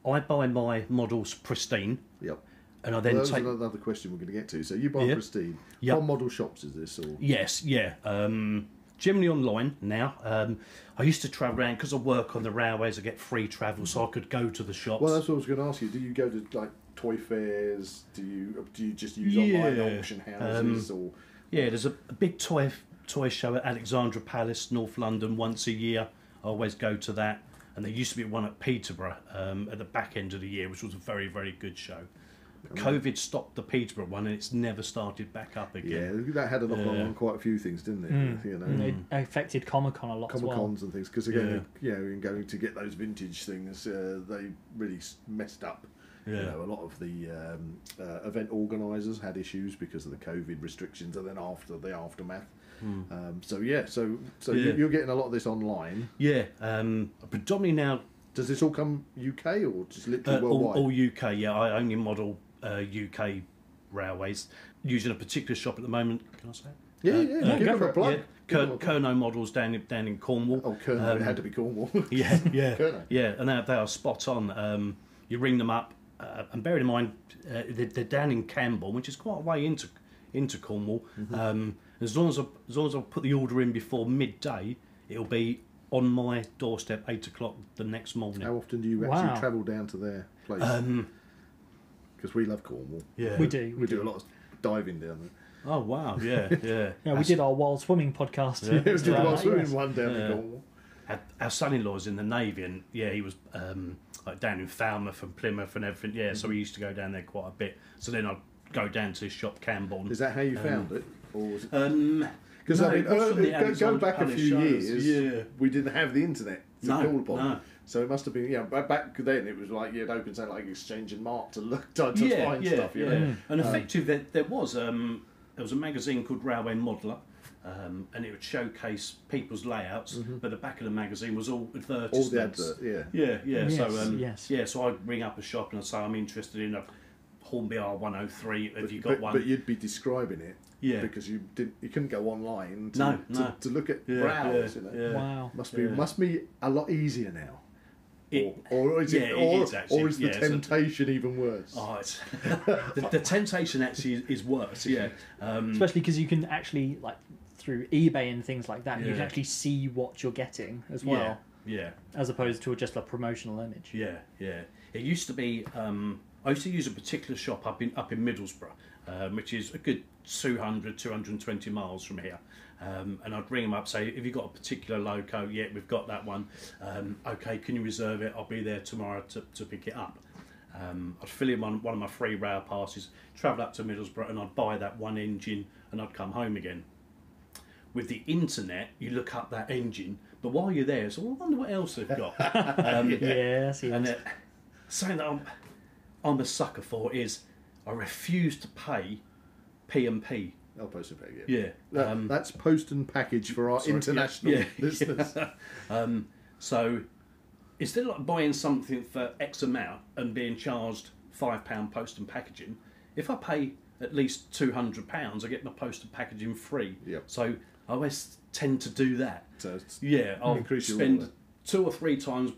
Speaker 3: I buy my models pristine,
Speaker 2: Yep.
Speaker 3: and I
Speaker 2: That
Speaker 3: then
Speaker 2: was
Speaker 3: take.
Speaker 2: another question we're going to get to. So you buy
Speaker 3: Yeah.
Speaker 2: Pristine.
Speaker 3: Yep.
Speaker 2: What model shops is this? Or
Speaker 3: Yes, yeah. Um, generally online now. Um, I used to travel around because I work on the railways. I get free travel, so I could go to the shops.
Speaker 2: well, that's what I was going to ask you. Do you go to like toy fairs? Do you do you just use online
Speaker 3: Yeah. Um,
Speaker 2: auction houses or?
Speaker 3: yeah, there's a, a big toy toy show at Alexandra Palace, North London, once a year. I always go to that. And there used to be one at Peterborough um, at the back end of the year, which was a very, very good show. COVID stopped the Peterborough one, and it's never started back up
Speaker 2: Yeah,
Speaker 3: again.
Speaker 2: that had a knock on
Speaker 3: Yeah. Hmm.
Speaker 2: on quite a few things, didn't it? You know,
Speaker 1: It
Speaker 3: mm.
Speaker 1: affected Comic Con a lot as
Speaker 2: Comic
Speaker 1: well.
Speaker 2: Cons and things. Because again, you know, in going to get those vintage things, uh, they really s- messed up. You
Speaker 3: Yeah.
Speaker 2: know, a lot of the um, uh, event organisers had issues because of the COVID restrictions, and then after the aftermath. Um, so yeah, so so
Speaker 3: Hmm. Yeah.
Speaker 2: You, you're getting a lot of this online.
Speaker 3: Yeah, um, predominantly now
Speaker 2: Does this all come UK or just literally
Speaker 3: uh, all,
Speaker 2: worldwide?
Speaker 3: all UK. Yeah, I only model uh, UK railways using a particular shop at the moment. Can I say? it?
Speaker 2: yeah, yeah,
Speaker 1: go
Speaker 2: give them
Speaker 1: for
Speaker 2: a
Speaker 1: it.
Speaker 2: plug.
Speaker 3: Uh, Yeah,
Speaker 2: Give them
Speaker 3: Ker-
Speaker 2: a plug.
Speaker 3: Kerno models down in, down in Cornwall.
Speaker 2: Oh, Colonel, it had to be Cornwall.
Speaker 3: um, Yeah, yeah,
Speaker 2: Kerno.
Speaker 3: yeah, and they, they are spot on. Um, you ring them up, uh, and bearing in mind uh, they're, they're down in Campbell, which is quite a way into into Cornwall.
Speaker 2: Mm-hmm.
Speaker 3: Um, as long as I, as long as I put the order in before midday, it'll be on my doorstep eight o'clock the next morning.
Speaker 2: How often do you actually
Speaker 1: Wow.
Speaker 2: travel down to their place?
Speaker 3: Um,
Speaker 2: Because we love Cornwall.
Speaker 3: yeah,
Speaker 1: We do.
Speaker 2: We do a lot of diving down there.
Speaker 3: Oh wow, yeah, yeah.
Speaker 1: Yeah, we did our wild swimming podcast.
Speaker 2: It was doing
Speaker 1: around
Speaker 2: one
Speaker 1: that,
Speaker 2: swimming
Speaker 1: yes.
Speaker 2: one down in Cornwall.
Speaker 3: our, our son-in-law's in the navy, and yeah, he was um, like down in Falmouth and Plymouth and everything. Yeah, so we used to go down there quite a bit. So then I'd go down to his shop, Campbell.
Speaker 2: Is that how you found it? Or was it?
Speaker 3: Um,
Speaker 2: Because
Speaker 3: no,
Speaker 2: I mean,
Speaker 3: it was
Speaker 2: uh,
Speaker 3: from
Speaker 2: go,
Speaker 3: the
Speaker 2: go
Speaker 3: Alexander
Speaker 2: back a
Speaker 3: Palace
Speaker 2: few
Speaker 3: shows.
Speaker 2: years,
Speaker 3: Yeah,
Speaker 2: we didn't have the internet to
Speaker 3: No,
Speaker 2: call upon.
Speaker 3: no.
Speaker 2: So it must have been, yeah, ba- back then it was like you'd open something like Exchange and Mark to look to, to
Speaker 3: yeah,
Speaker 2: find
Speaker 3: yeah,
Speaker 2: stuff, you
Speaker 3: yeah.
Speaker 2: know. Mm. Um,
Speaker 3: And effective, there, there was um, there was a magazine called Railway Modeler. Um, and it would showcase people's layouts, but the back of the magazine was all advertisements.
Speaker 2: Mm-hmm. All the advert, yeah.
Speaker 3: Yeah, yeah. so
Speaker 1: Yes,
Speaker 3: um,
Speaker 1: yes.
Speaker 3: yeah, so I'd ring up a shop and I'd say I'm interested in a Hornby R one oh three, have you got
Speaker 2: but,
Speaker 3: one?
Speaker 2: but you'd be describing it,
Speaker 3: Yeah.
Speaker 2: because you didn't, you couldn't go online to,
Speaker 3: No,
Speaker 2: to,
Speaker 3: no.
Speaker 2: to look at
Speaker 3: Yeah,
Speaker 2: browse,
Speaker 3: yeah,
Speaker 2: you know.
Speaker 3: yeah.
Speaker 1: Wow.
Speaker 2: Must be
Speaker 3: Yeah.
Speaker 2: must be a lot easier now.
Speaker 3: It-
Speaker 2: or, or is
Speaker 3: yeah,
Speaker 2: it,
Speaker 3: it
Speaker 2: or,
Speaker 3: is actually,
Speaker 2: or is the
Speaker 3: yeah, it's a-
Speaker 2: temptation even worse?
Speaker 3: Oh, it's, the, the temptation actually is, is worse. Yeah, um,
Speaker 1: Especially because you can actually like through eBay and things like that, you can
Speaker 3: Yeah.
Speaker 1: actually see what you're getting as well,
Speaker 3: yeah, yeah,
Speaker 1: as opposed to just a promotional image.
Speaker 3: yeah, yeah. It used to be. Um, I used to use a particular shop up in up in Middlesbrough, um, which is a good 200, 220 miles from here. Um, and I'd ring them up, say, "Have you got a particular loco? Yeah, we've got that one. Um, okay, can you reserve it? I'll be there tomorrow to, to pick it up." Um, I'd fill in one, one of my free rail passes, travel up to Middlesbrough, and I'd buy that one engine, and I'd come home again. with the internet, you look up that engine. But while you're there, so I wonder what else they've got. Um,
Speaker 1: Yes, yes.
Speaker 3: And it, something that I'm, I'm a sucker for is I refuse to pay P and P. Uh,
Speaker 2: Oh, post and package.
Speaker 3: Yeah. Um,
Speaker 2: That- that's post and package for our international
Speaker 3: yeah, yeah.
Speaker 2: listeners.
Speaker 3: So instead of like buying something for X amount and being charged five pound post and packaging, if I pay at least two hundred pounds, I get my post and packaging free.
Speaker 2: Yep.
Speaker 3: So I always tend to do that.
Speaker 2: So it's-
Speaker 3: Yeah, I'll
Speaker 2: Increase your
Speaker 3: spend
Speaker 2: order.
Speaker 3: two or three times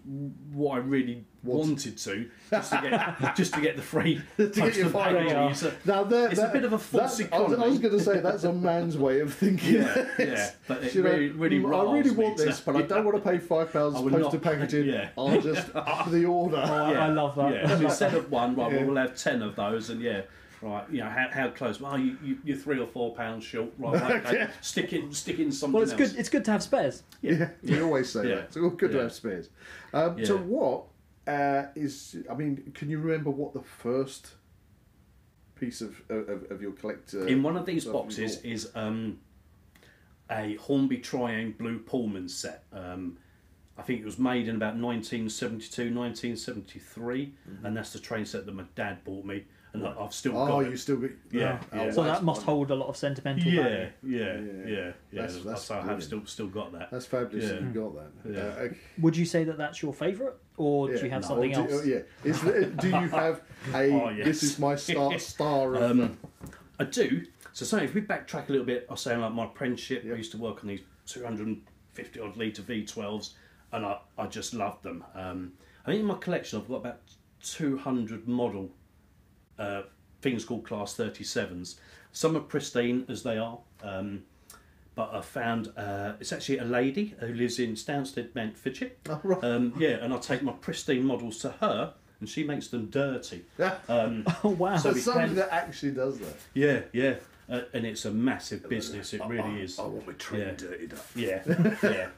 Speaker 3: what I really wanted to just to get just to get the free to
Speaker 2: get your five
Speaker 1: hour.
Speaker 2: Now there,
Speaker 3: it's
Speaker 2: there-
Speaker 3: a bit of a false
Speaker 2: that's- I was,
Speaker 3: economy.
Speaker 2: I was going to say that's a man's way of thinking.
Speaker 3: Yeah, yeah, but it
Speaker 2: You know,
Speaker 3: really, really
Speaker 2: I really
Speaker 3: riles me
Speaker 2: want
Speaker 3: to-
Speaker 2: this, but I don't want to pay five pounds
Speaker 3: I would
Speaker 2: post and
Speaker 3: not-
Speaker 2: packaging.
Speaker 3: yeah. Oh,
Speaker 2: I'll just up the order.
Speaker 1: I, I love that.
Speaker 3: Yeah. So instead of one, right, well, we'll have ten of those, and yeah, right, you know, how, how close? Well, you, you, you're three or four pounds short, right? right, okay. Stick in, stick in something
Speaker 1: Well, it's
Speaker 3: else.
Speaker 1: good. It's good to have spares.
Speaker 2: Yeah, we always say
Speaker 3: Yeah.
Speaker 2: that. It's all good to
Speaker 3: Yeah.
Speaker 2: have spares. Um, So
Speaker 3: Yeah.
Speaker 2: what uh, is? I mean, can you remember what the first piece of of, of your uh, collector
Speaker 3: In one of these
Speaker 2: stuff you
Speaker 3: boxes
Speaker 2: bought?
Speaker 3: is um, a Hornby Triangle Blue Pullman set. Um, I think it was made in about 1972, 1973, and that's the train set that my dad bought me, and I I've still
Speaker 2: Mm-hmm. Oh,
Speaker 3: got
Speaker 2: you
Speaker 3: it.
Speaker 2: still got
Speaker 3: Yeah,
Speaker 2: Oh,
Speaker 3: yeah.
Speaker 2: wow.
Speaker 1: So that must hold a lot of sentimental
Speaker 3: Yeah,
Speaker 1: value.
Speaker 3: yeah, yeah, yeah.
Speaker 2: That's-
Speaker 3: so
Speaker 2: that's
Speaker 3: I have
Speaker 2: brilliant.
Speaker 3: still still got that.
Speaker 2: That's fabulous.
Speaker 3: Yeah.
Speaker 2: that You got that.
Speaker 3: Yeah.
Speaker 2: Uh, okay.
Speaker 1: Would you say that that's your favourite, or do you have
Speaker 2: No.
Speaker 1: something
Speaker 2: Or do-
Speaker 1: else?
Speaker 2: oh, yeah. Is the- do you have a?
Speaker 3: Oh, yes. Um,
Speaker 2: This is my star star. Of,
Speaker 3: I do. So, sorry, if we backtrack a little bit, I was saying like my apprenticeship, I used to work on these 250 odd litre V12s, and I, I just loved them. Um, I think in my collection, I've got about 200 model uh, things called Class 37s. Some are pristine as they are, um, but I found uh, it's actually a lady who lives in Stansted, Bedfordshire.
Speaker 2: Oh, right.
Speaker 3: um, yeah, and I take my pristine models to her, and she makes them dirty.
Speaker 2: Yeah.
Speaker 3: Um,
Speaker 1: Oh wow.
Speaker 3: So-
Speaker 2: There's somebody
Speaker 3: can-
Speaker 2: that actually does that.
Speaker 3: yeah, yeah. Uh, and it's a massive business. It really is.
Speaker 2: want my train
Speaker 3: Yeah.
Speaker 2: dirtied up.
Speaker 3: Yeah,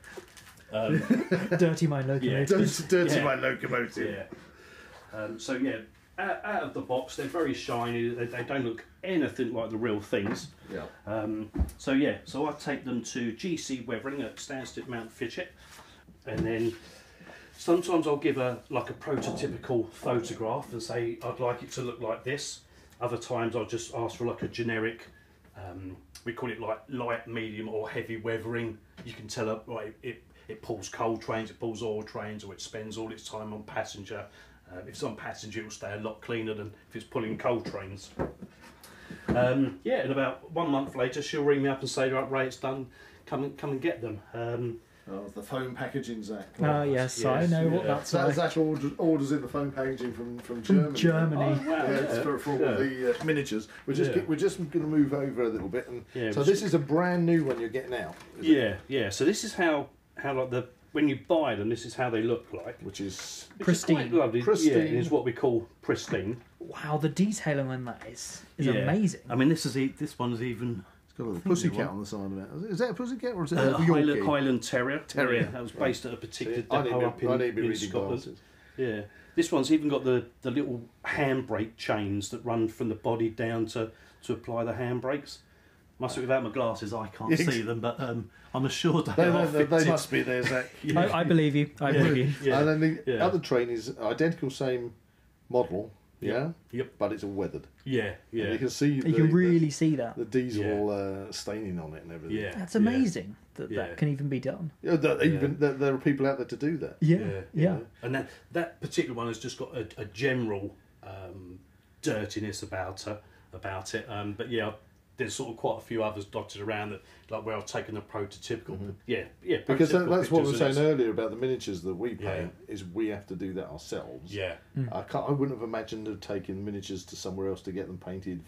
Speaker 3: yeah,
Speaker 1: Dirty my locomotive.
Speaker 2: Don't dirty
Speaker 3: Yeah.
Speaker 2: my locomotive.
Speaker 3: yeah. Um, so yeah, out, out of the box. They're very shiny. They, they don't look anything like the real things.
Speaker 2: Yeah.
Speaker 3: Um, so yeah, so I take them to GC Weathering at Stansted Mount Fitchett, and then sometimes I'll give a like a prototypical photograph and say I'd like it to look like this. Other times I'll just ask for like a generic. Um, we call it like light, medium, or heavy weathering. You can tell it right, it it pulls coal trains, it pulls oil trains, or it spends all its time on passenger. Um, if it's on passenger, it will stay a lot cleaner than if it's pulling coal trains. Um, yeah, and about one month later, she'll ring me up and say, "Right, Ray, it's done. Come and come and get them." Um,
Speaker 2: Oh, the foam packaging, Zach.
Speaker 1: Ah, yes, I
Speaker 3: yes,
Speaker 1: know what
Speaker 3: yeah.
Speaker 1: that's
Speaker 2: So
Speaker 1: like.
Speaker 2: Zach order- orders in the foam packaging from, from
Speaker 1: From
Speaker 2: Germany. Oh,
Speaker 1: Germany.
Speaker 3: wow,
Speaker 2: Yeah, it's for, for all
Speaker 3: Yeah.
Speaker 2: the uh, miniatures. We're just
Speaker 3: Yeah.
Speaker 2: get- we're just going to move over a little bit, and
Speaker 3: Yeah,
Speaker 2: so
Speaker 3: we're
Speaker 2: this is a brand new one you're getting out, is it?
Speaker 3: yeah, yeah. So this is how how like the when you buy them, this is how they look like.
Speaker 2: which is
Speaker 3: Which is quite
Speaker 1: Pristine.
Speaker 3: lovely.
Speaker 2: Pristine.
Speaker 3: Yeah, it is what we call pristine.
Speaker 1: Wow, the detailing on that is, is
Speaker 3: Yeah.
Speaker 1: amazing.
Speaker 3: I mean, this is e- this one's even
Speaker 2: it's got a little pussy cat on the side of it. Is it- Is that a pussy cat or is it
Speaker 3: uh,
Speaker 2: a
Speaker 3: Highland,
Speaker 2: Yorkie?
Speaker 3: Highland Terrier.
Speaker 2: Terrier.
Speaker 3: Yeah, that was based at a particular
Speaker 2: I need
Speaker 3: depot
Speaker 2: to-
Speaker 3: up in,
Speaker 2: I need to be
Speaker 3: in
Speaker 2: reading
Speaker 3: Scotland.
Speaker 2: glasses.
Speaker 3: Yeah, this one's even got the, the little handbrake chains that run from the body down to, to apply the handbrakes. Must be without my glasses, I can't
Speaker 2: Yes.
Speaker 3: see them, but um, I'm assured they,
Speaker 2: They,
Speaker 3: are
Speaker 2: they, they
Speaker 3: fitted.
Speaker 2: must be there, Zach.
Speaker 1: I, I believe you. I believe you.
Speaker 3: Yeah.
Speaker 2: And then the
Speaker 3: Yeah.
Speaker 2: other train is identical, same model, yeah,
Speaker 3: Yep.
Speaker 2: but it's all weathered.
Speaker 3: Yeah, yeah,
Speaker 2: And
Speaker 3: yeah,
Speaker 2: you can see the,
Speaker 1: You can really see that.
Speaker 2: the, the diesel uh, staining on it and everything.
Speaker 3: yeah.
Speaker 1: That's amazing that
Speaker 3: Yeah.
Speaker 1: that can even be done.
Speaker 2: Yeah, that even that there are people out there to do that.
Speaker 1: Yeah,
Speaker 3: Yeah.
Speaker 1: yeah.
Speaker 3: And that that particular one has just got a, a general um, dirtiness about her, about it. Um, but yeah, there's sort of quite a few others dotted around that, like where I've taken the prototypical. Yeah, yeah.
Speaker 2: Mm-hmm. Because that,
Speaker 3: prototypical
Speaker 2: that's what I was
Speaker 3: pictures and
Speaker 2: saying earlier about the miniatures that we
Speaker 3: Yeah.
Speaker 2: paint is we have to do that ourselves.
Speaker 3: it's-
Speaker 2: I can't. I wouldn't have imagined of taking miniatures to somewhere else to get them painted.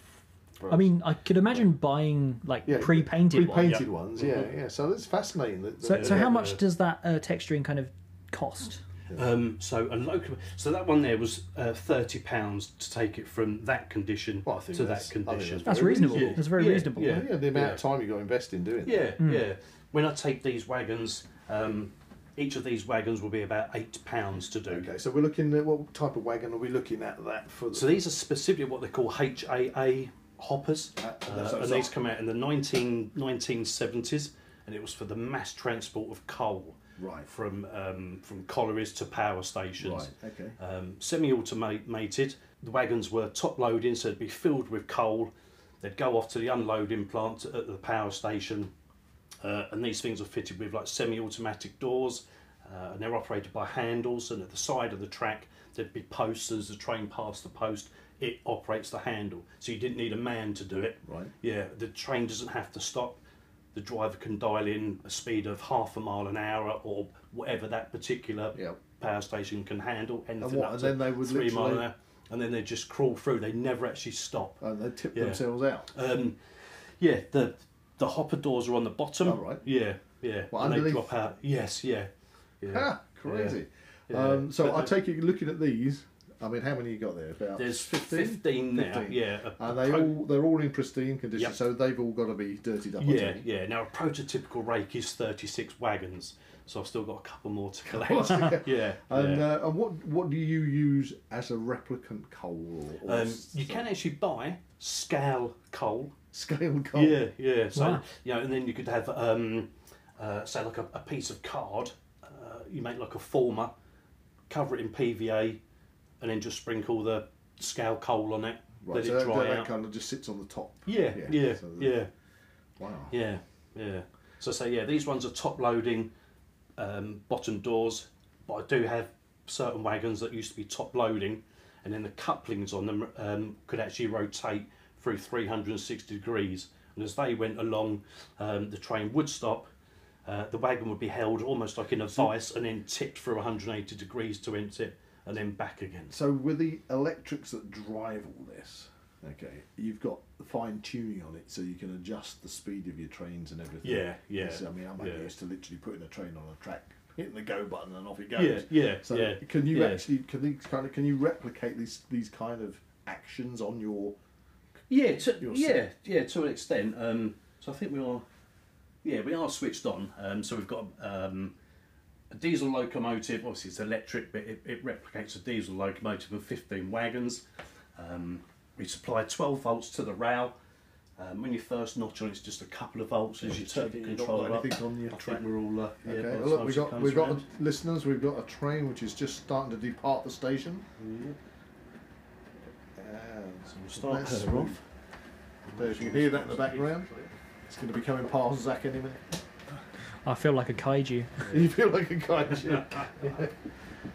Speaker 2: for
Speaker 1: I
Speaker 2: us.
Speaker 1: mean, I could imagine buying like
Speaker 2: Yeah,
Speaker 1: pre-painted, ones.
Speaker 2: pre-painted
Speaker 3: yeah.
Speaker 2: ones. Yeah, yeah. So that's fascinating. That,
Speaker 1: So,
Speaker 2: that-
Speaker 1: so
Speaker 2: yeah.
Speaker 1: how much does that uh, texturing kind of cost?
Speaker 3: Yeah. Um, so a local. So that one there was uh, thirty pounds to take it from that condition
Speaker 2: Well, I think
Speaker 3: to
Speaker 2: that's-
Speaker 3: that
Speaker 2: I think
Speaker 3: condition.
Speaker 2: that's
Speaker 1: That's
Speaker 2: Very
Speaker 1: reasonable.
Speaker 3: reasonable.
Speaker 1: That's very
Speaker 3: Yeah,
Speaker 1: reasonable. Mm.
Speaker 3: yeah.
Speaker 2: Yeah, the amount of time you got to invest in doing.
Speaker 3: Yeah, yeah. When I take these wagons, um, each of these wagons will be about eight pounds to do.
Speaker 2: That. Okay. So we're looking at what type of wagon are we looking at that for? The,
Speaker 3: So these are specifically what they call HAA hoppers, uh,
Speaker 2: so-
Speaker 3: and
Speaker 2: so-
Speaker 3: these come out in the 19, 1970s, and it was for the mass transport of coal
Speaker 2: Right.
Speaker 3: from um, from collieries to power stations.
Speaker 2: Right, okay.
Speaker 3: Um, semi-automated. The wagons were top loading, so they'd be filled with coal. They'd go off to the unloading plant at the power station, uh, and these things are fitted with like semi-automatic doors, uh, and they're operated by handles. And at the side of the track, there'd be posts. As the train passed the post, it operates the handle, so you didn't need a man to do it.
Speaker 2: Right.
Speaker 3: Yeah, the train doesn't have to stop. The driver can dial in a speed of half a mile an hour or whatever that particular
Speaker 2: Yep.
Speaker 3: power station can handle. Anything
Speaker 2: what,
Speaker 3: up
Speaker 2: and
Speaker 3: to
Speaker 2: then they would
Speaker 3: three mile an
Speaker 2: literally- Oh.
Speaker 3: hour, and then they just crawl through. They never actually stop.
Speaker 2: and Uh, they tip
Speaker 3: Yeah.
Speaker 2: themselves out.
Speaker 3: Um, yeah, the the hopper doors are on the bottom.
Speaker 2: Oh, right.
Speaker 3: Yeah, yeah.
Speaker 2: What,
Speaker 3: and they
Speaker 2: underneath?
Speaker 3: drop out. Yes, yeah. yeah.
Speaker 2: Ah, crazy.
Speaker 3: Yeah.
Speaker 2: Um, so
Speaker 3: But
Speaker 2: I
Speaker 3: the-
Speaker 2: take it looking at these. I mean, how many you got there? About
Speaker 3: There's 15, now.
Speaker 2: 15.
Speaker 3: Yeah. a-
Speaker 2: Are they
Speaker 3: pro-
Speaker 2: all? They're all in pristine condition,
Speaker 3: Yep.
Speaker 2: so they've all got to be dirtied up. I
Speaker 3: Yeah,
Speaker 2: take it.
Speaker 3: yeah. Now a prototypical rake is 36 wagons, so I've still got a couple more to collect. yeah.
Speaker 2: And,
Speaker 3: yeah.
Speaker 2: Uh, and what what do you use as a replicant coal or, or
Speaker 3: um,
Speaker 2: s-
Speaker 3: you can actually buy scale coal.
Speaker 2: scale coal?
Speaker 3: Yeah, yeah. So
Speaker 1: Wow.
Speaker 3: you know, and then you could have um, uh, say like a, a piece of card. Uh, you make like a former, cover it in PVA, and then just sprinkle the scale coal on it.
Speaker 2: Right,
Speaker 3: let
Speaker 2: so
Speaker 3: it
Speaker 2: that,
Speaker 3: dry
Speaker 2: that
Speaker 3: out.
Speaker 2: kind of just sits on the top.
Speaker 3: Yeah, yeah,
Speaker 2: so the-
Speaker 3: yeah,
Speaker 2: Wow.
Speaker 3: yeah, yeah. So say yeah, these ones are top loading, um, bottom doors, but I do have certain wagons that used to be top loading, and then the couplings on them um, could actually rotate through 360 degrees. And as they went along, um, the train would stop. Uh, the wagon would be held almost like in a vice and then tipped through 180 degrees to exit and then back again.
Speaker 2: So with the electrics that drive all this, okay, you've got fine tuning on it, so you can adjust the speed of your trains and everything.
Speaker 3: Yeah, yeah,
Speaker 2: So, I mean, I'm only
Speaker 3: yeah.
Speaker 2: used to literally putting a train on a track, hitting the go button, and off it goes.
Speaker 3: Yeah, yeah,
Speaker 2: So
Speaker 3: yeah,
Speaker 2: can you
Speaker 3: yeah.
Speaker 2: actually can these kind of can you replicate these these kind of actions on your?
Speaker 3: Yeah, to,
Speaker 2: You're
Speaker 3: yeah, yeah, to an extent. Um, so I think we are, yeah, we are switched on. Um, so we've got um, a diesel locomotive. Obviously, it's electric, but it, it replicates a diesel locomotive with 15 wagons. Um, we supply 12 volts to the rail. Um, when you first notch on, it's just a couple of volts as you turn the
Speaker 2: checking you've not
Speaker 3: controller
Speaker 2: got
Speaker 3: up.
Speaker 2: anything on your
Speaker 3: I
Speaker 2: track.
Speaker 3: think we're all uh, yeah, by
Speaker 2: Okay, well,
Speaker 3: the
Speaker 2: look,
Speaker 3: time
Speaker 2: we've
Speaker 3: she
Speaker 2: got
Speaker 3: comes
Speaker 2: we've got
Speaker 3: round.
Speaker 2: a, listeners. We've got a train which is just starting to depart the station. And
Speaker 3: We'll start
Speaker 2: that's-
Speaker 3: her off.
Speaker 2: There, if you can hear that in the background, it's going to be coming past Zach any minute.
Speaker 1: I feel like a kaiju.
Speaker 2: You feel like a kaiju. yeah.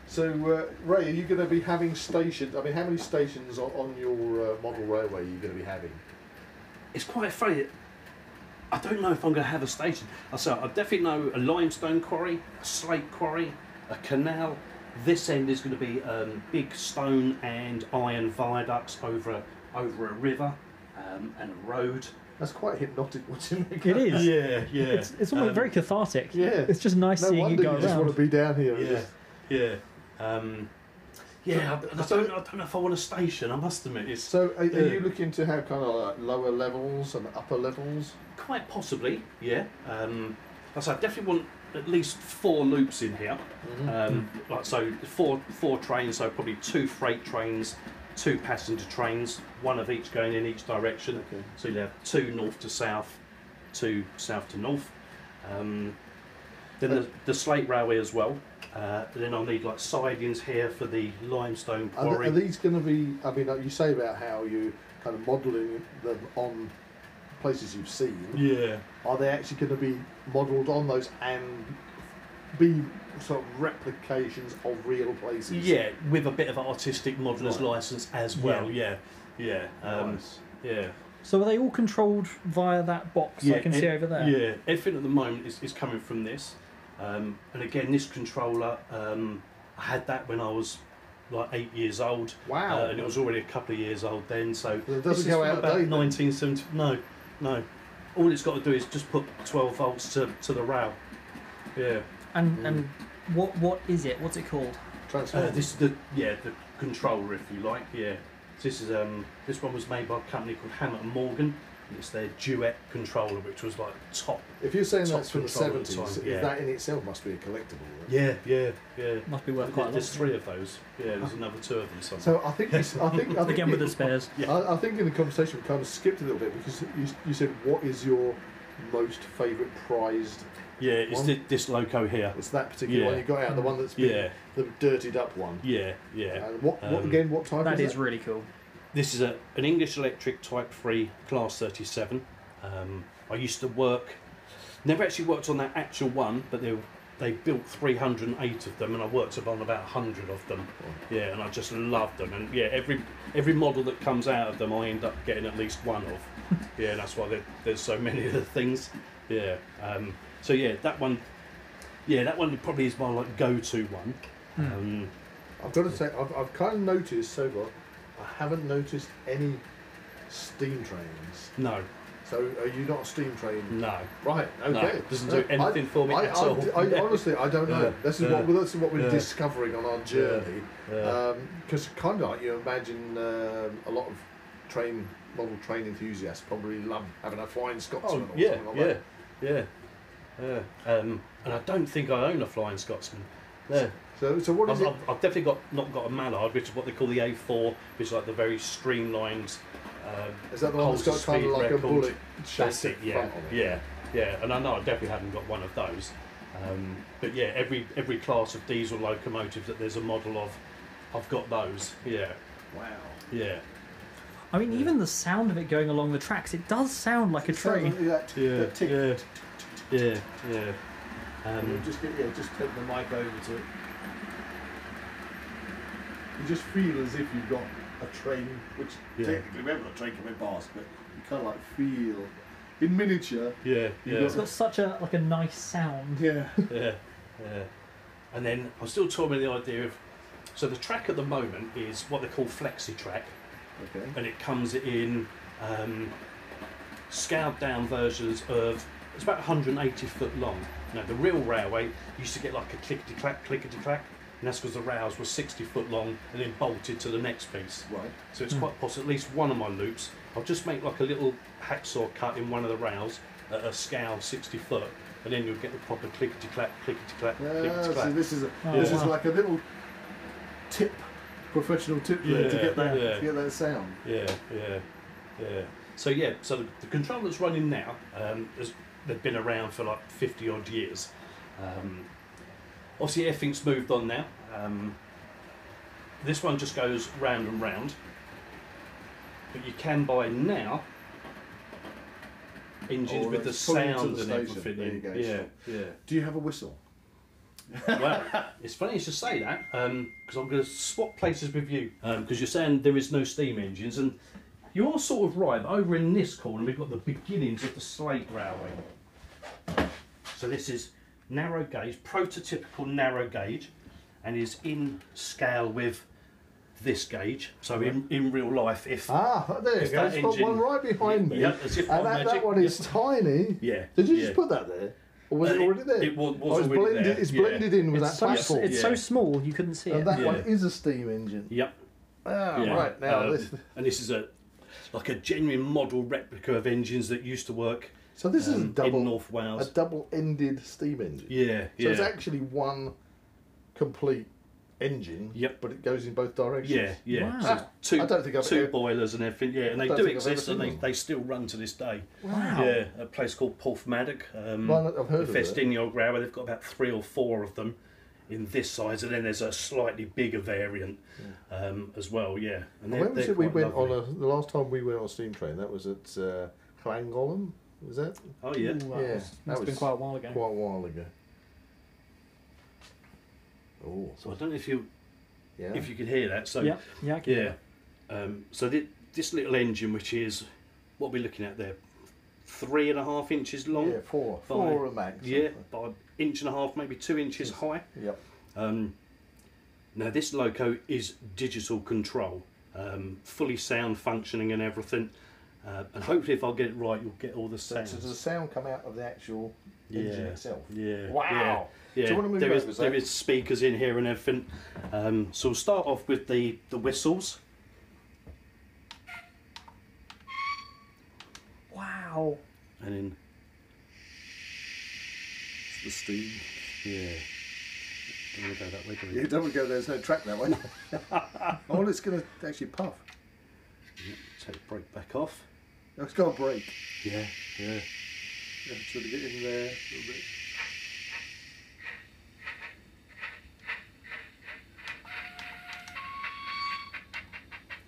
Speaker 2: So, uh, Ray, are you going to be having stations? I mean, how many stations on, on your uh, model railway are you going to be having?
Speaker 3: It's quite funny. I don't know if I'm going to have a station. I say I definitely know a limestone quarry, a slate quarry, a canal. This end is going to be um, big stone and iron viaducts over a, over a river um, and a road.
Speaker 2: That's quite hypnotic watching that.
Speaker 1: It is.
Speaker 3: Yeah, yeah. Um,
Speaker 1: It's, it's almost very cathartic.
Speaker 2: Um, Yeah.
Speaker 1: It's just nice
Speaker 2: No
Speaker 1: seeing you
Speaker 2: wonder
Speaker 1: go
Speaker 2: you just
Speaker 1: around.
Speaker 2: want to be down here. and
Speaker 3: Yeah,
Speaker 2: just-
Speaker 3: yeah. Um, yeah, I, I don't, I don't know if I want a station. I must admit, it's
Speaker 2: So, are, are
Speaker 3: Yeah.
Speaker 2: you looking to have kind of like lower levels and upper levels?
Speaker 3: Quite possibly, yeah. Um, like I say, I definitely want at least four loops in here.
Speaker 2: Mm-hmm.
Speaker 3: Um, like so, four four trains. So probably two freight trains, two passenger trains, one of each going in each direction.
Speaker 2: Okay.
Speaker 3: So you'll have two north to south, two south to north. Um, then the, the slate railway as well. Uh, then I'll need like sidings here for the limestone
Speaker 2: Are, th-
Speaker 3: quarry.
Speaker 2: are these going to be? I mean, like you say about how you kind of modelling them on places you've seen.
Speaker 3: yeah.
Speaker 2: Are they actually going to be modelled on those and be sort of replications of real places?
Speaker 3: Yeah, with a bit of artistic modeller's
Speaker 2: Right.
Speaker 3: license as well. Yeah, yeah, um,
Speaker 2: Nice.
Speaker 3: yeah.
Speaker 1: So are they all controlled via that box I can see
Speaker 3: e-
Speaker 1: over there?
Speaker 3: Yeah, everything at the moment is, is coming from this. Um, and again, this controller, um, I had that when I was like eight years old.
Speaker 2: Wow.
Speaker 3: Uh, and it was already a couple of years old then. So
Speaker 2: Well, it
Speaker 3: this
Speaker 2: doesn't
Speaker 3: is
Speaker 2: go
Speaker 3: from
Speaker 2: out of
Speaker 3: about
Speaker 2: date then.
Speaker 3: 1970. No, no. All it's got to do is just put 12 volts to, to the rail. Yeah.
Speaker 1: And and what what is it? What's it called?
Speaker 3: Uh,
Speaker 2: Transformers.
Speaker 3: this is the yeah the controller, if you like. Yeah, this is um this one was made by a company called Hammett and Morgan. And it's their duet controller, which was like top.
Speaker 2: if you're saying
Speaker 3: top
Speaker 2: that's from the
Speaker 3: control at the
Speaker 2: seventies,
Speaker 3: time, yeah.
Speaker 2: that in itself must be a collectible. right?
Speaker 3: Yeah, yeah, yeah.
Speaker 1: Must be worth quite a
Speaker 3: There's
Speaker 1: lot.
Speaker 3: three of those. Yeah, there's another two of them somewhere.
Speaker 2: So I think it's, I think I think
Speaker 1: Again with the
Speaker 2: it-
Speaker 1: spares.
Speaker 2: I, I think in the conversation we kind of skipped a little bit because you, you said what is your most favourite prized?
Speaker 3: yeah, it's
Speaker 2: one-
Speaker 3: thi- this loco here.
Speaker 2: It's that particular
Speaker 3: Yeah.
Speaker 2: one you got out, the
Speaker 1: Hmm.
Speaker 2: one that's been
Speaker 3: Yeah.
Speaker 2: the dirtied up one.
Speaker 3: Yeah, yeah.
Speaker 2: And what, what
Speaker 3: Um,
Speaker 2: again? What type
Speaker 1: That
Speaker 2: is
Speaker 1: is really cool.
Speaker 3: This is a, an English Electric Type 3 Class 37. Um, I used to work, never actually worked on that actual one, but they, they built 308 of them and I worked on about 100 of them. Yeah, and I just loved them. And yeah, every every model that comes out of them, I end up getting at least one of. yeah, that's why there, there's so many of the things. Yeah. Um, so yeah, that one, yeah, that one probably is my like go-to one. Um,
Speaker 2: I've got to say, I've, I've kind of noticed so far, I haven't noticed any steam trains.
Speaker 3: no,
Speaker 2: So are you not a steam train?
Speaker 3: Hmm. no.
Speaker 2: Right. Okay.
Speaker 3: doesn't do anything for me
Speaker 2: I,
Speaker 3: at
Speaker 2: I,
Speaker 3: all.
Speaker 2: I, honestly, I don't know.
Speaker 3: Yeah,
Speaker 2: This is
Speaker 3: yeah,
Speaker 2: what this is what we're
Speaker 3: yeah.
Speaker 2: discovering on our journey.
Speaker 3: Yeah, yeah.
Speaker 2: Because kind of like you imagine um, a lot of train model train enthusiasts probably love having a flying Scotsman or
Speaker 3: Oh, yeah,
Speaker 2: something like
Speaker 3: yeah,
Speaker 2: that.
Speaker 3: yeah, yeah. Um, and I don't think I own a Flying Scotsman. No,
Speaker 2: So so what is
Speaker 3: I've,
Speaker 2: it?
Speaker 3: I've, I've definitely got not got a Mallard, which is what they call the A4, which is like the very streamlined. Um,
Speaker 2: Is that the one that's got
Speaker 3: pulse
Speaker 2: kind
Speaker 3: speed
Speaker 2: of like a
Speaker 3: record.
Speaker 2: bullet shaped
Speaker 3: That's it. Yeah,
Speaker 2: front on it?
Speaker 3: yeah, yeah. And I know I definitely haven't got one of those. Um, but yeah, every every class of diesel locomotive that there's a model of, I've got those. Yeah,
Speaker 2: Wow.
Speaker 3: yeah.
Speaker 1: I mean, even the sound of it going along the tracks, it does sound like a train.
Speaker 2: Sounds like that-
Speaker 3: Yeah,
Speaker 2: that tick-
Speaker 3: yeah, yeah, yeah. Um,
Speaker 2: just get, yeah, just take the mic over to it. You just feel as if you've got a train, which
Speaker 3: Yeah.
Speaker 2: technically we haven't got a train coming past, but you kind of like feel in miniature.
Speaker 3: yeah,
Speaker 2: You
Speaker 3: yeah.
Speaker 1: It's got such a like a nice sound.
Speaker 2: Yeah.
Speaker 3: yeah, yeah. Uh, And then I'm still torn with the idea of. So the track at the moment is what they call flexi track,
Speaker 2: okay.
Speaker 3: and it comes in um, scaled down versions of. It's about 180 foot long. Now the real railway used to get like a clickety clack, clickety clack, and that's because the rails were 60 foot long and then bolted to the next piece.
Speaker 2: Right.
Speaker 3: So it's quite possible, at least one of my loops, I'll just make like a little hacksaw cut in one of the rails at a scale 60 foot and then you'll get the proper clickety clack, clickety clack,
Speaker 2: Yeah,
Speaker 3: clickety
Speaker 2: Ah, so
Speaker 3: clack.
Speaker 2: this is a,
Speaker 1: Oh,
Speaker 2: this is
Speaker 1: wow.
Speaker 2: like a little tip, professional tip there to
Speaker 3: Yeah,
Speaker 2: get that
Speaker 3: yeah.
Speaker 2: to get that sound.
Speaker 3: Yeah, yeah, yeah. So yeah, so the, the control that's running now, um, has, they've been around for like fifty odd years. Um, obviously, everything's moved on now. Um, this one just goes round and round, but you can buy now engines
Speaker 2: Oh,
Speaker 3: with the
Speaker 2: that's pulling into
Speaker 3: sound
Speaker 2: the
Speaker 3: and
Speaker 2: station.
Speaker 3: everything.
Speaker 2: There you
Speaker 3: in.
Speaker 2: go,
Speaker 3: yeah, yeah.
Speaker 2: Do you have a whistle?
Speaker 3: well, it's funny you should say that because I'm going to swap places with you because you're saying there is no steam engines, and you are sort of right. But over in this corner, we've got the beginnings of the Slate Railway. So this is narrow gauge, prototypical narrow gauge, and is in scale with this gauge. So in, in real life, if
Speaker 2: Ah, there you
Speaker 3: It's
Speaker 2: go.
Speaker 3: that
Speaker 2: It's got
Speaker 3: engine.
Speaker 2: one right behind me.
Speaker 3: Yeah, that's
Speaker 2: and
Speaker 3: it, one
Speaker 2: that, that
Speaker 3: magic.
Speaker 2: one is tiny.
Speaker 3: Yeah,
Speaker 2: Did you
Speaker 3: yeah.
Speaker 2: just put that there? Or was
Speaker 3: Uh,
Speaker 2: it
Speaker 3: it-
Speaker 2: already there?
Speaker 3: it wa- was
Speaker 2: Oh, it's
Speaker 3: already
Speaker 2: blended,
Speaker 3: there,
Speaker 2: It's
Speaker 3: yeah.
Speaker 2: blended in with
Speaker 1: It's
Speaker 2: that
Speaker 1: so,
Speaker 2: platform.
Speaker 1: it's so
Speaker 3: Yeah.
Speaker 1: small you couldn't see it.
Speaker 2: And that
Speaker 3: Yeah.
Speaker 2: one is a steam engine.
Speaker 3: yep,
Speaker 2: Ah,
Speaker 3: Yeah.
Speaker 2: right. Now
Speaker 3: Um,
Speaker 2: this.
Speaker 3: and this is a like a genuine model replica of engines that used to work
Speaker 2: So this is a
Speaker 3: um,
Speaker 2: double
Speaker 3: in North
Speaker 2: a
Speaker 3: Wales.
Speaker 2: double-ended steam engine.
Speaker 3: yeah,
Speaker 2: So
Speaker 3: yeah.
Speaker 2: it's actually one complete engine.
Speaker 3: Yep.
Speaker 2: But it goes in both directions. Ah,
Speaker 3: Yeah, yeah.
Speaker 1: Wow.
Speaker 3: So two,
Speaker 2: I don't think I've
Speaker 3: two
Speaker 2: ever-
Speaker 3: boilers and everything. Yeah, and they
Speaker 2: don't
Speaker 3: do
Speaker 2: think I've
Speaker 3: exist,
Speaker 2: ever
Speaker 3: and
Speaker 2: seen
Speaker 3: they,
Speaker 2: one.
Speaker 3: they still run to this day.
Speaker 1: Wow.
Speaker 3: Yeah, a place called Porthmadog. Um,
Speaker 2: Well, I've heard of
Speaker 3: the
Speaker 2: it.
Speaker 3: Festinio Grower. They've got about three or four of them in this size, and then there's a slightly bigger variant um, as well. Yeah. And they're-
Speaker 2: When was
Speaker 3: they're
Speaker 2: it we
Speaker 3: quite
Speaker 2: went
Speaker 3: lovely.
Speaker 2: on a, the last time we went on a steam train? That was at uh, Llangollen, was that?
Speaker 3: Oh yeah.
Speaker 1: Wow.
Speaker 2: yeah,
Speaker 1: That's
Speaker 2: that
Speaker 1: been
Speaker 2: was
Speaker 1: quite a while ago.
Speaker 2: Quite a while ago. Oh,
Speaker 3: So I don't know if you
Speaker 2: yeah.
Speaker 3: if you could hear that. So
Speaker 1: yeah, yeah, I can
Speaker 3: Yeah. Um, so thi- this little engine, which is what we're looking at there, three and a half inches long.
Speaker 2: yeah, four,
Speaker 3: by-
Speaker 2: four a max.
Speaker 3: Yeah, by an inch and a half, maybe two inches high.
Speaker 2: Yep.
Speaker 3: Um, now this loco is digital control, um, fully sound functioning and everything. Uh, and hopefully, if I get it right, you'll get all the
Speaker 2: So does the
Speaker 3: sounds.
Speaker 2: sound come out of the actual engine
Speaker 3: Yeah.
Speaker 2: itself?
Speaker 3: Yeah.
Speaker 2: Wow.
Speaker 3: Yeah.
Speaker 2: Do you wanna move
Speaker 3: there is
Speaker 2: over, Zach?
Speaker 3: there is speakers in here and everything. Um, so we'll start off with the the whistles.
Speaker 1: Wow.
Speaker 3: And then
Speaker 2: The steam.
Speaker 3: yeah. Don't wanna go that way, do we?
Speaker 2: You don't want to go. There's no track that way. oh, it's going to actually puff.
Speaker 3: Take the brake back off.
Speaker 2: Oh, It's got a break.
Speaker 3: Yeah, yeah.
Speaker 2: Yeah, so to get in there. a little bit.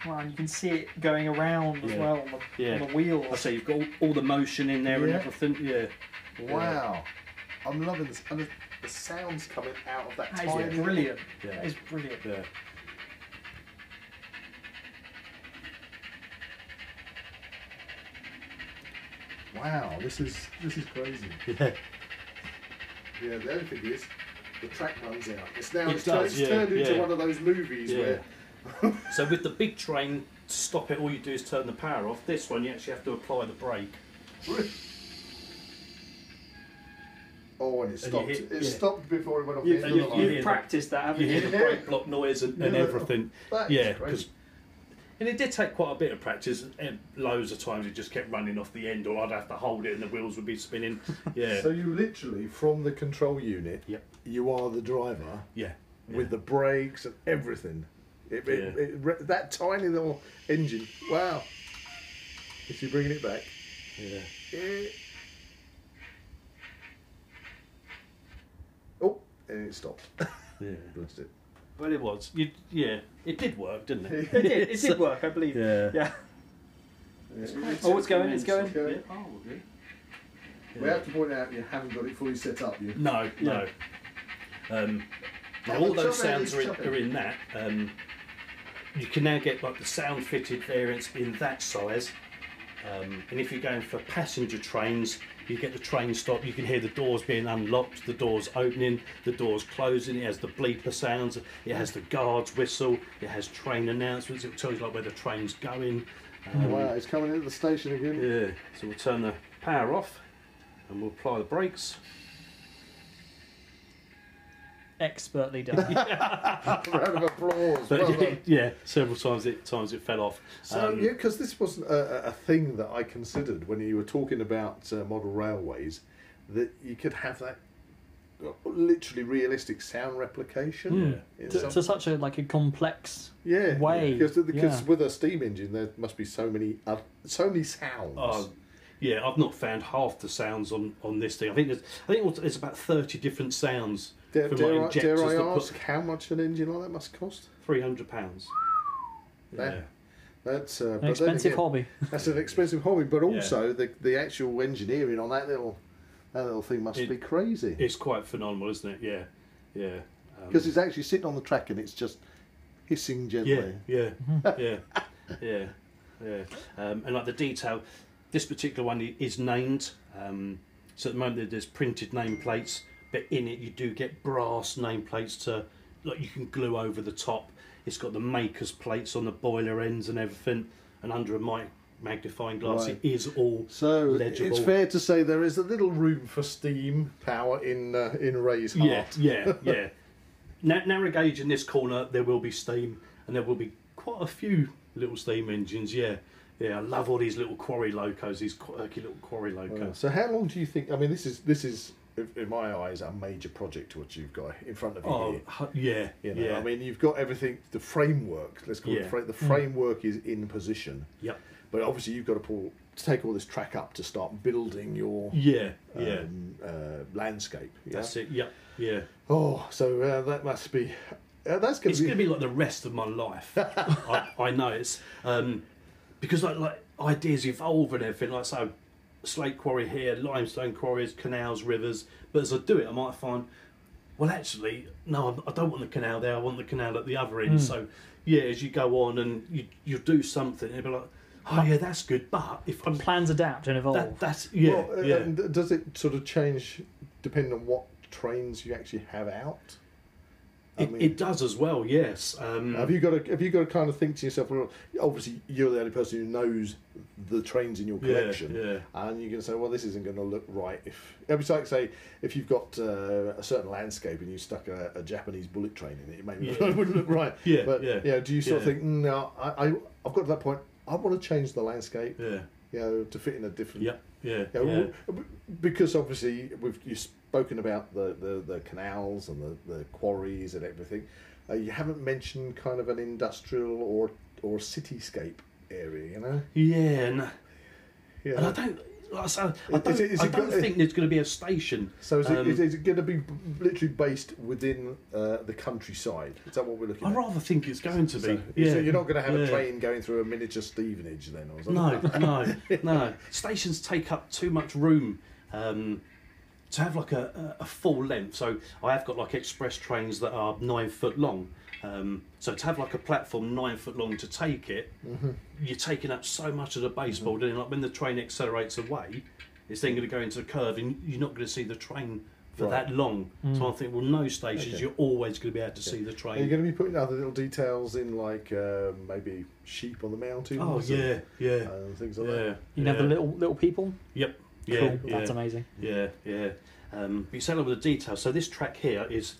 Speaker 1: Wow, and you can see it going around as
Speaker 3: Yeah.
Speaker 1: well on the,
Speaker 3: Yeah.
Speaker 1: on the wheels.
Speaker 3: I say you've got all, all the motion in there and
Speaker 2: Yeah.
Speaker 3: everything. Yeah.
Speaker 2: Wow. I'm loving this. And the, the sound's coming out of that
Speaker 1: That is
Speaker 2: tiny
Speaker 1: brilliant.
Speaker 3: Yeah.
Speaker 1: That is brilliant.
Speaker 3: Yeah.
Speaker 2: Wow, this is this is crazy.
Speaker 3: Yeah.
Speaker 2: Yeah, the only thing is, the track runs out. It's now
Speaker 3: It
Speaker 2: it's,
Speaker 3: does,
Speaker 2: it's
Speaker 3: yeah,
Speaker 2: turned into
Speaker 3: yeah.
Speaker 2: one of those movies
Speaker 3: Yeah.
Speaker 2: where
Speaker 3: so with the big train, to stop it, all you do is turn the power off. This one, you actually have to apply the brake.
Speaker 2: oh, and it
Speaker 3: And you
Speaker 2: stopped.
Speaker 3: hit-
Speaker 2: it
Speaker 3: yeah.
Speaker 2: stopped before it went off
Speaker 1: You,
Speaker 2: the
Speaker 3: and
Speaker 2: end
Speaker 3: you-
Speaker 2: of the
Speaker 1: have
Speaker 2: line.
Speaker 3: hear the-
Speaker 1: practiced that, haven't
Speaker 3: You hear
Speaker 1: you?
Speaker 3: the brake block noise and, and
Speaker 2: Yeah.
Speaker 3: everything.
Speaker 2: That is
Speaker 3: yeah,
Speaker 2: crazy.
Speaker 3: 'cause- and it did take quite a bit of practice. And loads of times it just kept running off the end, or I'd have to hold it and the wheels would be spinning. Yeah,
Speaker 2: So you literally from the control unit,
Speaker 3: Yep.
Speaker 2: you are the driver
Speaker 3: yeah,
Speaker 2: with the brakes and everything. It, it,
Speaker 3: Yeah.
Speaker 2: it re- that tiny little engine. Wow. Is he bringing it back?
Speaker 3: yeah.
Speaker 2: Eh. Oh, and it stopped.
Speaker 3: yeah.
Speaker 2: Blessed it.
Speaker 3: But it was, you, yeah, it did work, didn't it?
Speaker 1: It did, it did work, I believe.
Speaker 3: Yeah.
Speaker 1: yeah. Oh, it's going, it's going.
Speaker 2: Okay.
Speaker 3: Yeah. Oh, okay.
Speaker 2: We have to point out you haven't got it fully set up. You.
Speaker 3: No, no. Um, now all
Speaker 2: the
Speaker 3: those
Speaker 2: trouble is-
Speaker 3: sounds are in, are in that. Um, you can now get like the sound fitted variants in that size. Um, and if you're going for passenger trains, you get the train stop. You can hear the doors being unlocked, the doors opening, the doors closing. It has the bleeper sounds. It has the guards whistle. It has train announcements. It tells you like where the train's going. Um,
Speaker 2: Oh, Wow, it's coming into the station again.
Speaker 3: yeah, so we'll turn the power off and we'll apply the brakes.
Speaker 1: Expertly done.
Speaker 2: Round of applause.
Speaker 3: But
Speaker 2: well
Speaker 3: yeah,
Speaker 2: done.
Speaker 3: yeah, several times it times it fell off.
Speaker 2: So,
Speaker 3: Um,
Speaker 2: yeah, because this wasn't a, a- a thing that I considered when you were talking about uh, model railways. that you could have that uh, literally realistic sound replication. in
Speaker 1: to,
Speaker 2: some-
Speaker 1: to such a like a complex
Speaker 2: yeah,
Speaker 1: way.
Speaker 2: Because because
Speaker 1: Yeah.
Speaker 2: with a steam engine, there must be so many uh, so many sounds.
Speaker 3: Oh, yeah, I've not found half the sounds on, on this thing. I think there's, I think there's about thirty different sounds
Speaker 2: dare,
Speaker 3: from
Speaker 2: dare
Speaker 3: like
Speaker 2: I, dare
Speaker 3: injectors
Speaker 2: I
Speaker 3: that put
Speaker 2: ask how much an engine like that must cost?
Speaker 3: three hundred pounds.
Speaker 2: That- that's uh, but
Speaker 1: an
Speaker 2: then
Speaker 1: expensive
Speaker 2: again-
Speaker 1: hobby.
Speaker 2: That's an expensive hobby, but also the the actual engineering on that little that little thing must
Speaker 3: It-
Speaker 2: be crazy.
Speaker 3: It's quite phenomenal, isn't it? Yeah, yeah, um,
Speaker 2: because it's actually sitting on the track and it's just hissing gently.
Speaker 3: yeah, yeah, yeah, yeah, yeah. Um, and like the detail, this particular one i- is named. Um, so at the moment there's printed nameplates, but in it you do get brass nameplates to, like you can glue over the top. It's got the maker's plates on the boiler ends and everything, and under a mic- magnifying glass
Speaker 2: Right.
Speaker 3: it is all
Speaker 2: So
Speaker 3: legible.
Speaker 2: it's fair to say there is a little room for steam power in uh, in Ray's heart.
Speaker 3: Yeah, yeah, yeah. Na- narrow gauge in this corner, there will be steam, and there will be quite a few little steam engines. Yeah, yeah. I love all these little quarry locos, these quirky little quarry locos.
Speaker 2: So how long do you think? I mean, this is this is in- in my eyes a major project what you've got in front of you.
Speaker 3: Oh,
Speaker 2: here.
Speaker 3: hu- yeah,
Speaker 2: You know,
Speaker 3: yeah.
Speaker 2: I mean, you've got everything. The framework, let's call it
Speaker 3: Yeah. Mm.
Speaker 2: it, the framework is in position.
Speaker 3: yep.
Speaker 2: But obviously, you've got to pull to take all this track up to start building your
Speaker 3: Yeah, yeah.
Speaker 2: um, uh, landscape. yeah?
Speaker 3: That's it. Yep, yeah.
Speaker 2: Oh, so uh, that must be. Uh, that's going
Speaker 3: It's
Speaker 2: to
Speaker 3: going
Speaker 2: be.
Speaker 3: to be like the rest of my life. I, I know it's um, because like, like ideas evolve and everything. Like so, slate quarry here, limestone quarries, canals, rivers. But as I do it, I might find, well, actually, no, I I don't want the canal there. I want the canal at the other
Speaker 2: Hmm.
Speaker 3: end. So yeah, as you go on and you you do something, it'll be like, oh yeah, that's good. But if I'm
Speaker 1: Plans adapt and evolve.
Speaker 3: that, that's yeah,
Speaker 2: well, uh,
Speaker 3: yeah.
Speaker 2: and Does it sort of change depending on what trains you actually have out? I
Speaker 3: it,
Speaker 2: mean- Uh,
Speaker 3: it does as well. Yes. Um,
Speaker 2: Have you got to have you got to kind of think to yourself? Well, obviously you're the only person who knows the trains in your
Speaker 3: Yeah,
Speaker 2: collection,
Speaker 3: yeah.
Speaker 2: and you're going to say, well, this isn't going to look right. If it's like say, if you've got uh, a certain landscape and you stuck a, a Japanese bullet train in it, it maybe
Speaker 3: Yeah.
Speaker 2: it wouldn't look right.
Speaker 3: Yeah,
Speaker 2: but
Speaker 3: yeah,
Speaker 2: you know, do you sort of
Speaker 3: yeah.
Speaker 2: think, "Mm, no, I, I I've got to that point. I want to change the landscape,
Speaker 3: yeah.
Speaker 2: you know, to fit in a different.
Speaker 3: Yep. Yeah.
Speaker 2: You know,
Speaker 3: yeah.
Speaker 2: w- Because obviously we've you've spoken about the, the, the canals and the, the quarries and everything. Uh, you haven't mentioned kind of an industrial or or cityscape area, you know.
Speaker 3: Yeah. and-
Speaker 2: Yeah.
Speaker 3: And I don't, like I, say, I
Speaker 2: Is-
Speaker 3: don't,
Speaker 2: is it- is
Speaker 3: I
Speaker 2: it
Speaker 3: don't
Speaker 2: got-
Speaker 3: think there's going to be a station.
Speaker 2: so is, it,
Speaker 3: um,
Speaker 2: is it going to be b- literally based within uh, the countryside? Is that what we're looking
Speaker 3: I
Speaker 2: at?
Speaker 3: rather think it's going to be.
Speaker 2: So,
Speaker 3: yeah.
Speaker 2: so you're not going to have
Speaker 3: Oh, yeah.
Speaker 2: a train going through a miniature Stevenage then, or something?
Speaker 3: No, no, no. Stations take up too much room um, to have like a, a a full length. So I have got like express trains that are nine foot long. Um, so to have like a platform nine foot long to take it,
Speaker 2: Mm-hmm.
Speaker 3: you're taking up so much of the baseboard, and like when the train accelerates away, it's then going to go into a curve, and you're not going to see the train for
Speaker 2: Right. Mm.
Speaker 3: that long. So I think, well, no stations,
Speaker 2: Okay.
Speaker 3: you're always going to be able to see the
Speaker 2: Are you
Speaker 3: train.
Speaker 2: going to be putting other little details in, like uh, maybe sheep on the mountain?
Speaker 3: Oh yeah, yeah,
Speaker 2: and Uh, things like that.
Speaker 3: yeah.
Speaker 1: you know
Speaker 3: yeah.
Speaker 1: the little little people.
Speaker 3: Yep. Yeah,
Speaker 1: cool.
Speaker 3: yeah.
Speaker 1: That's amazing.
Speaker 3: Yeah, yeah. Um, but you said all the details. So this track here is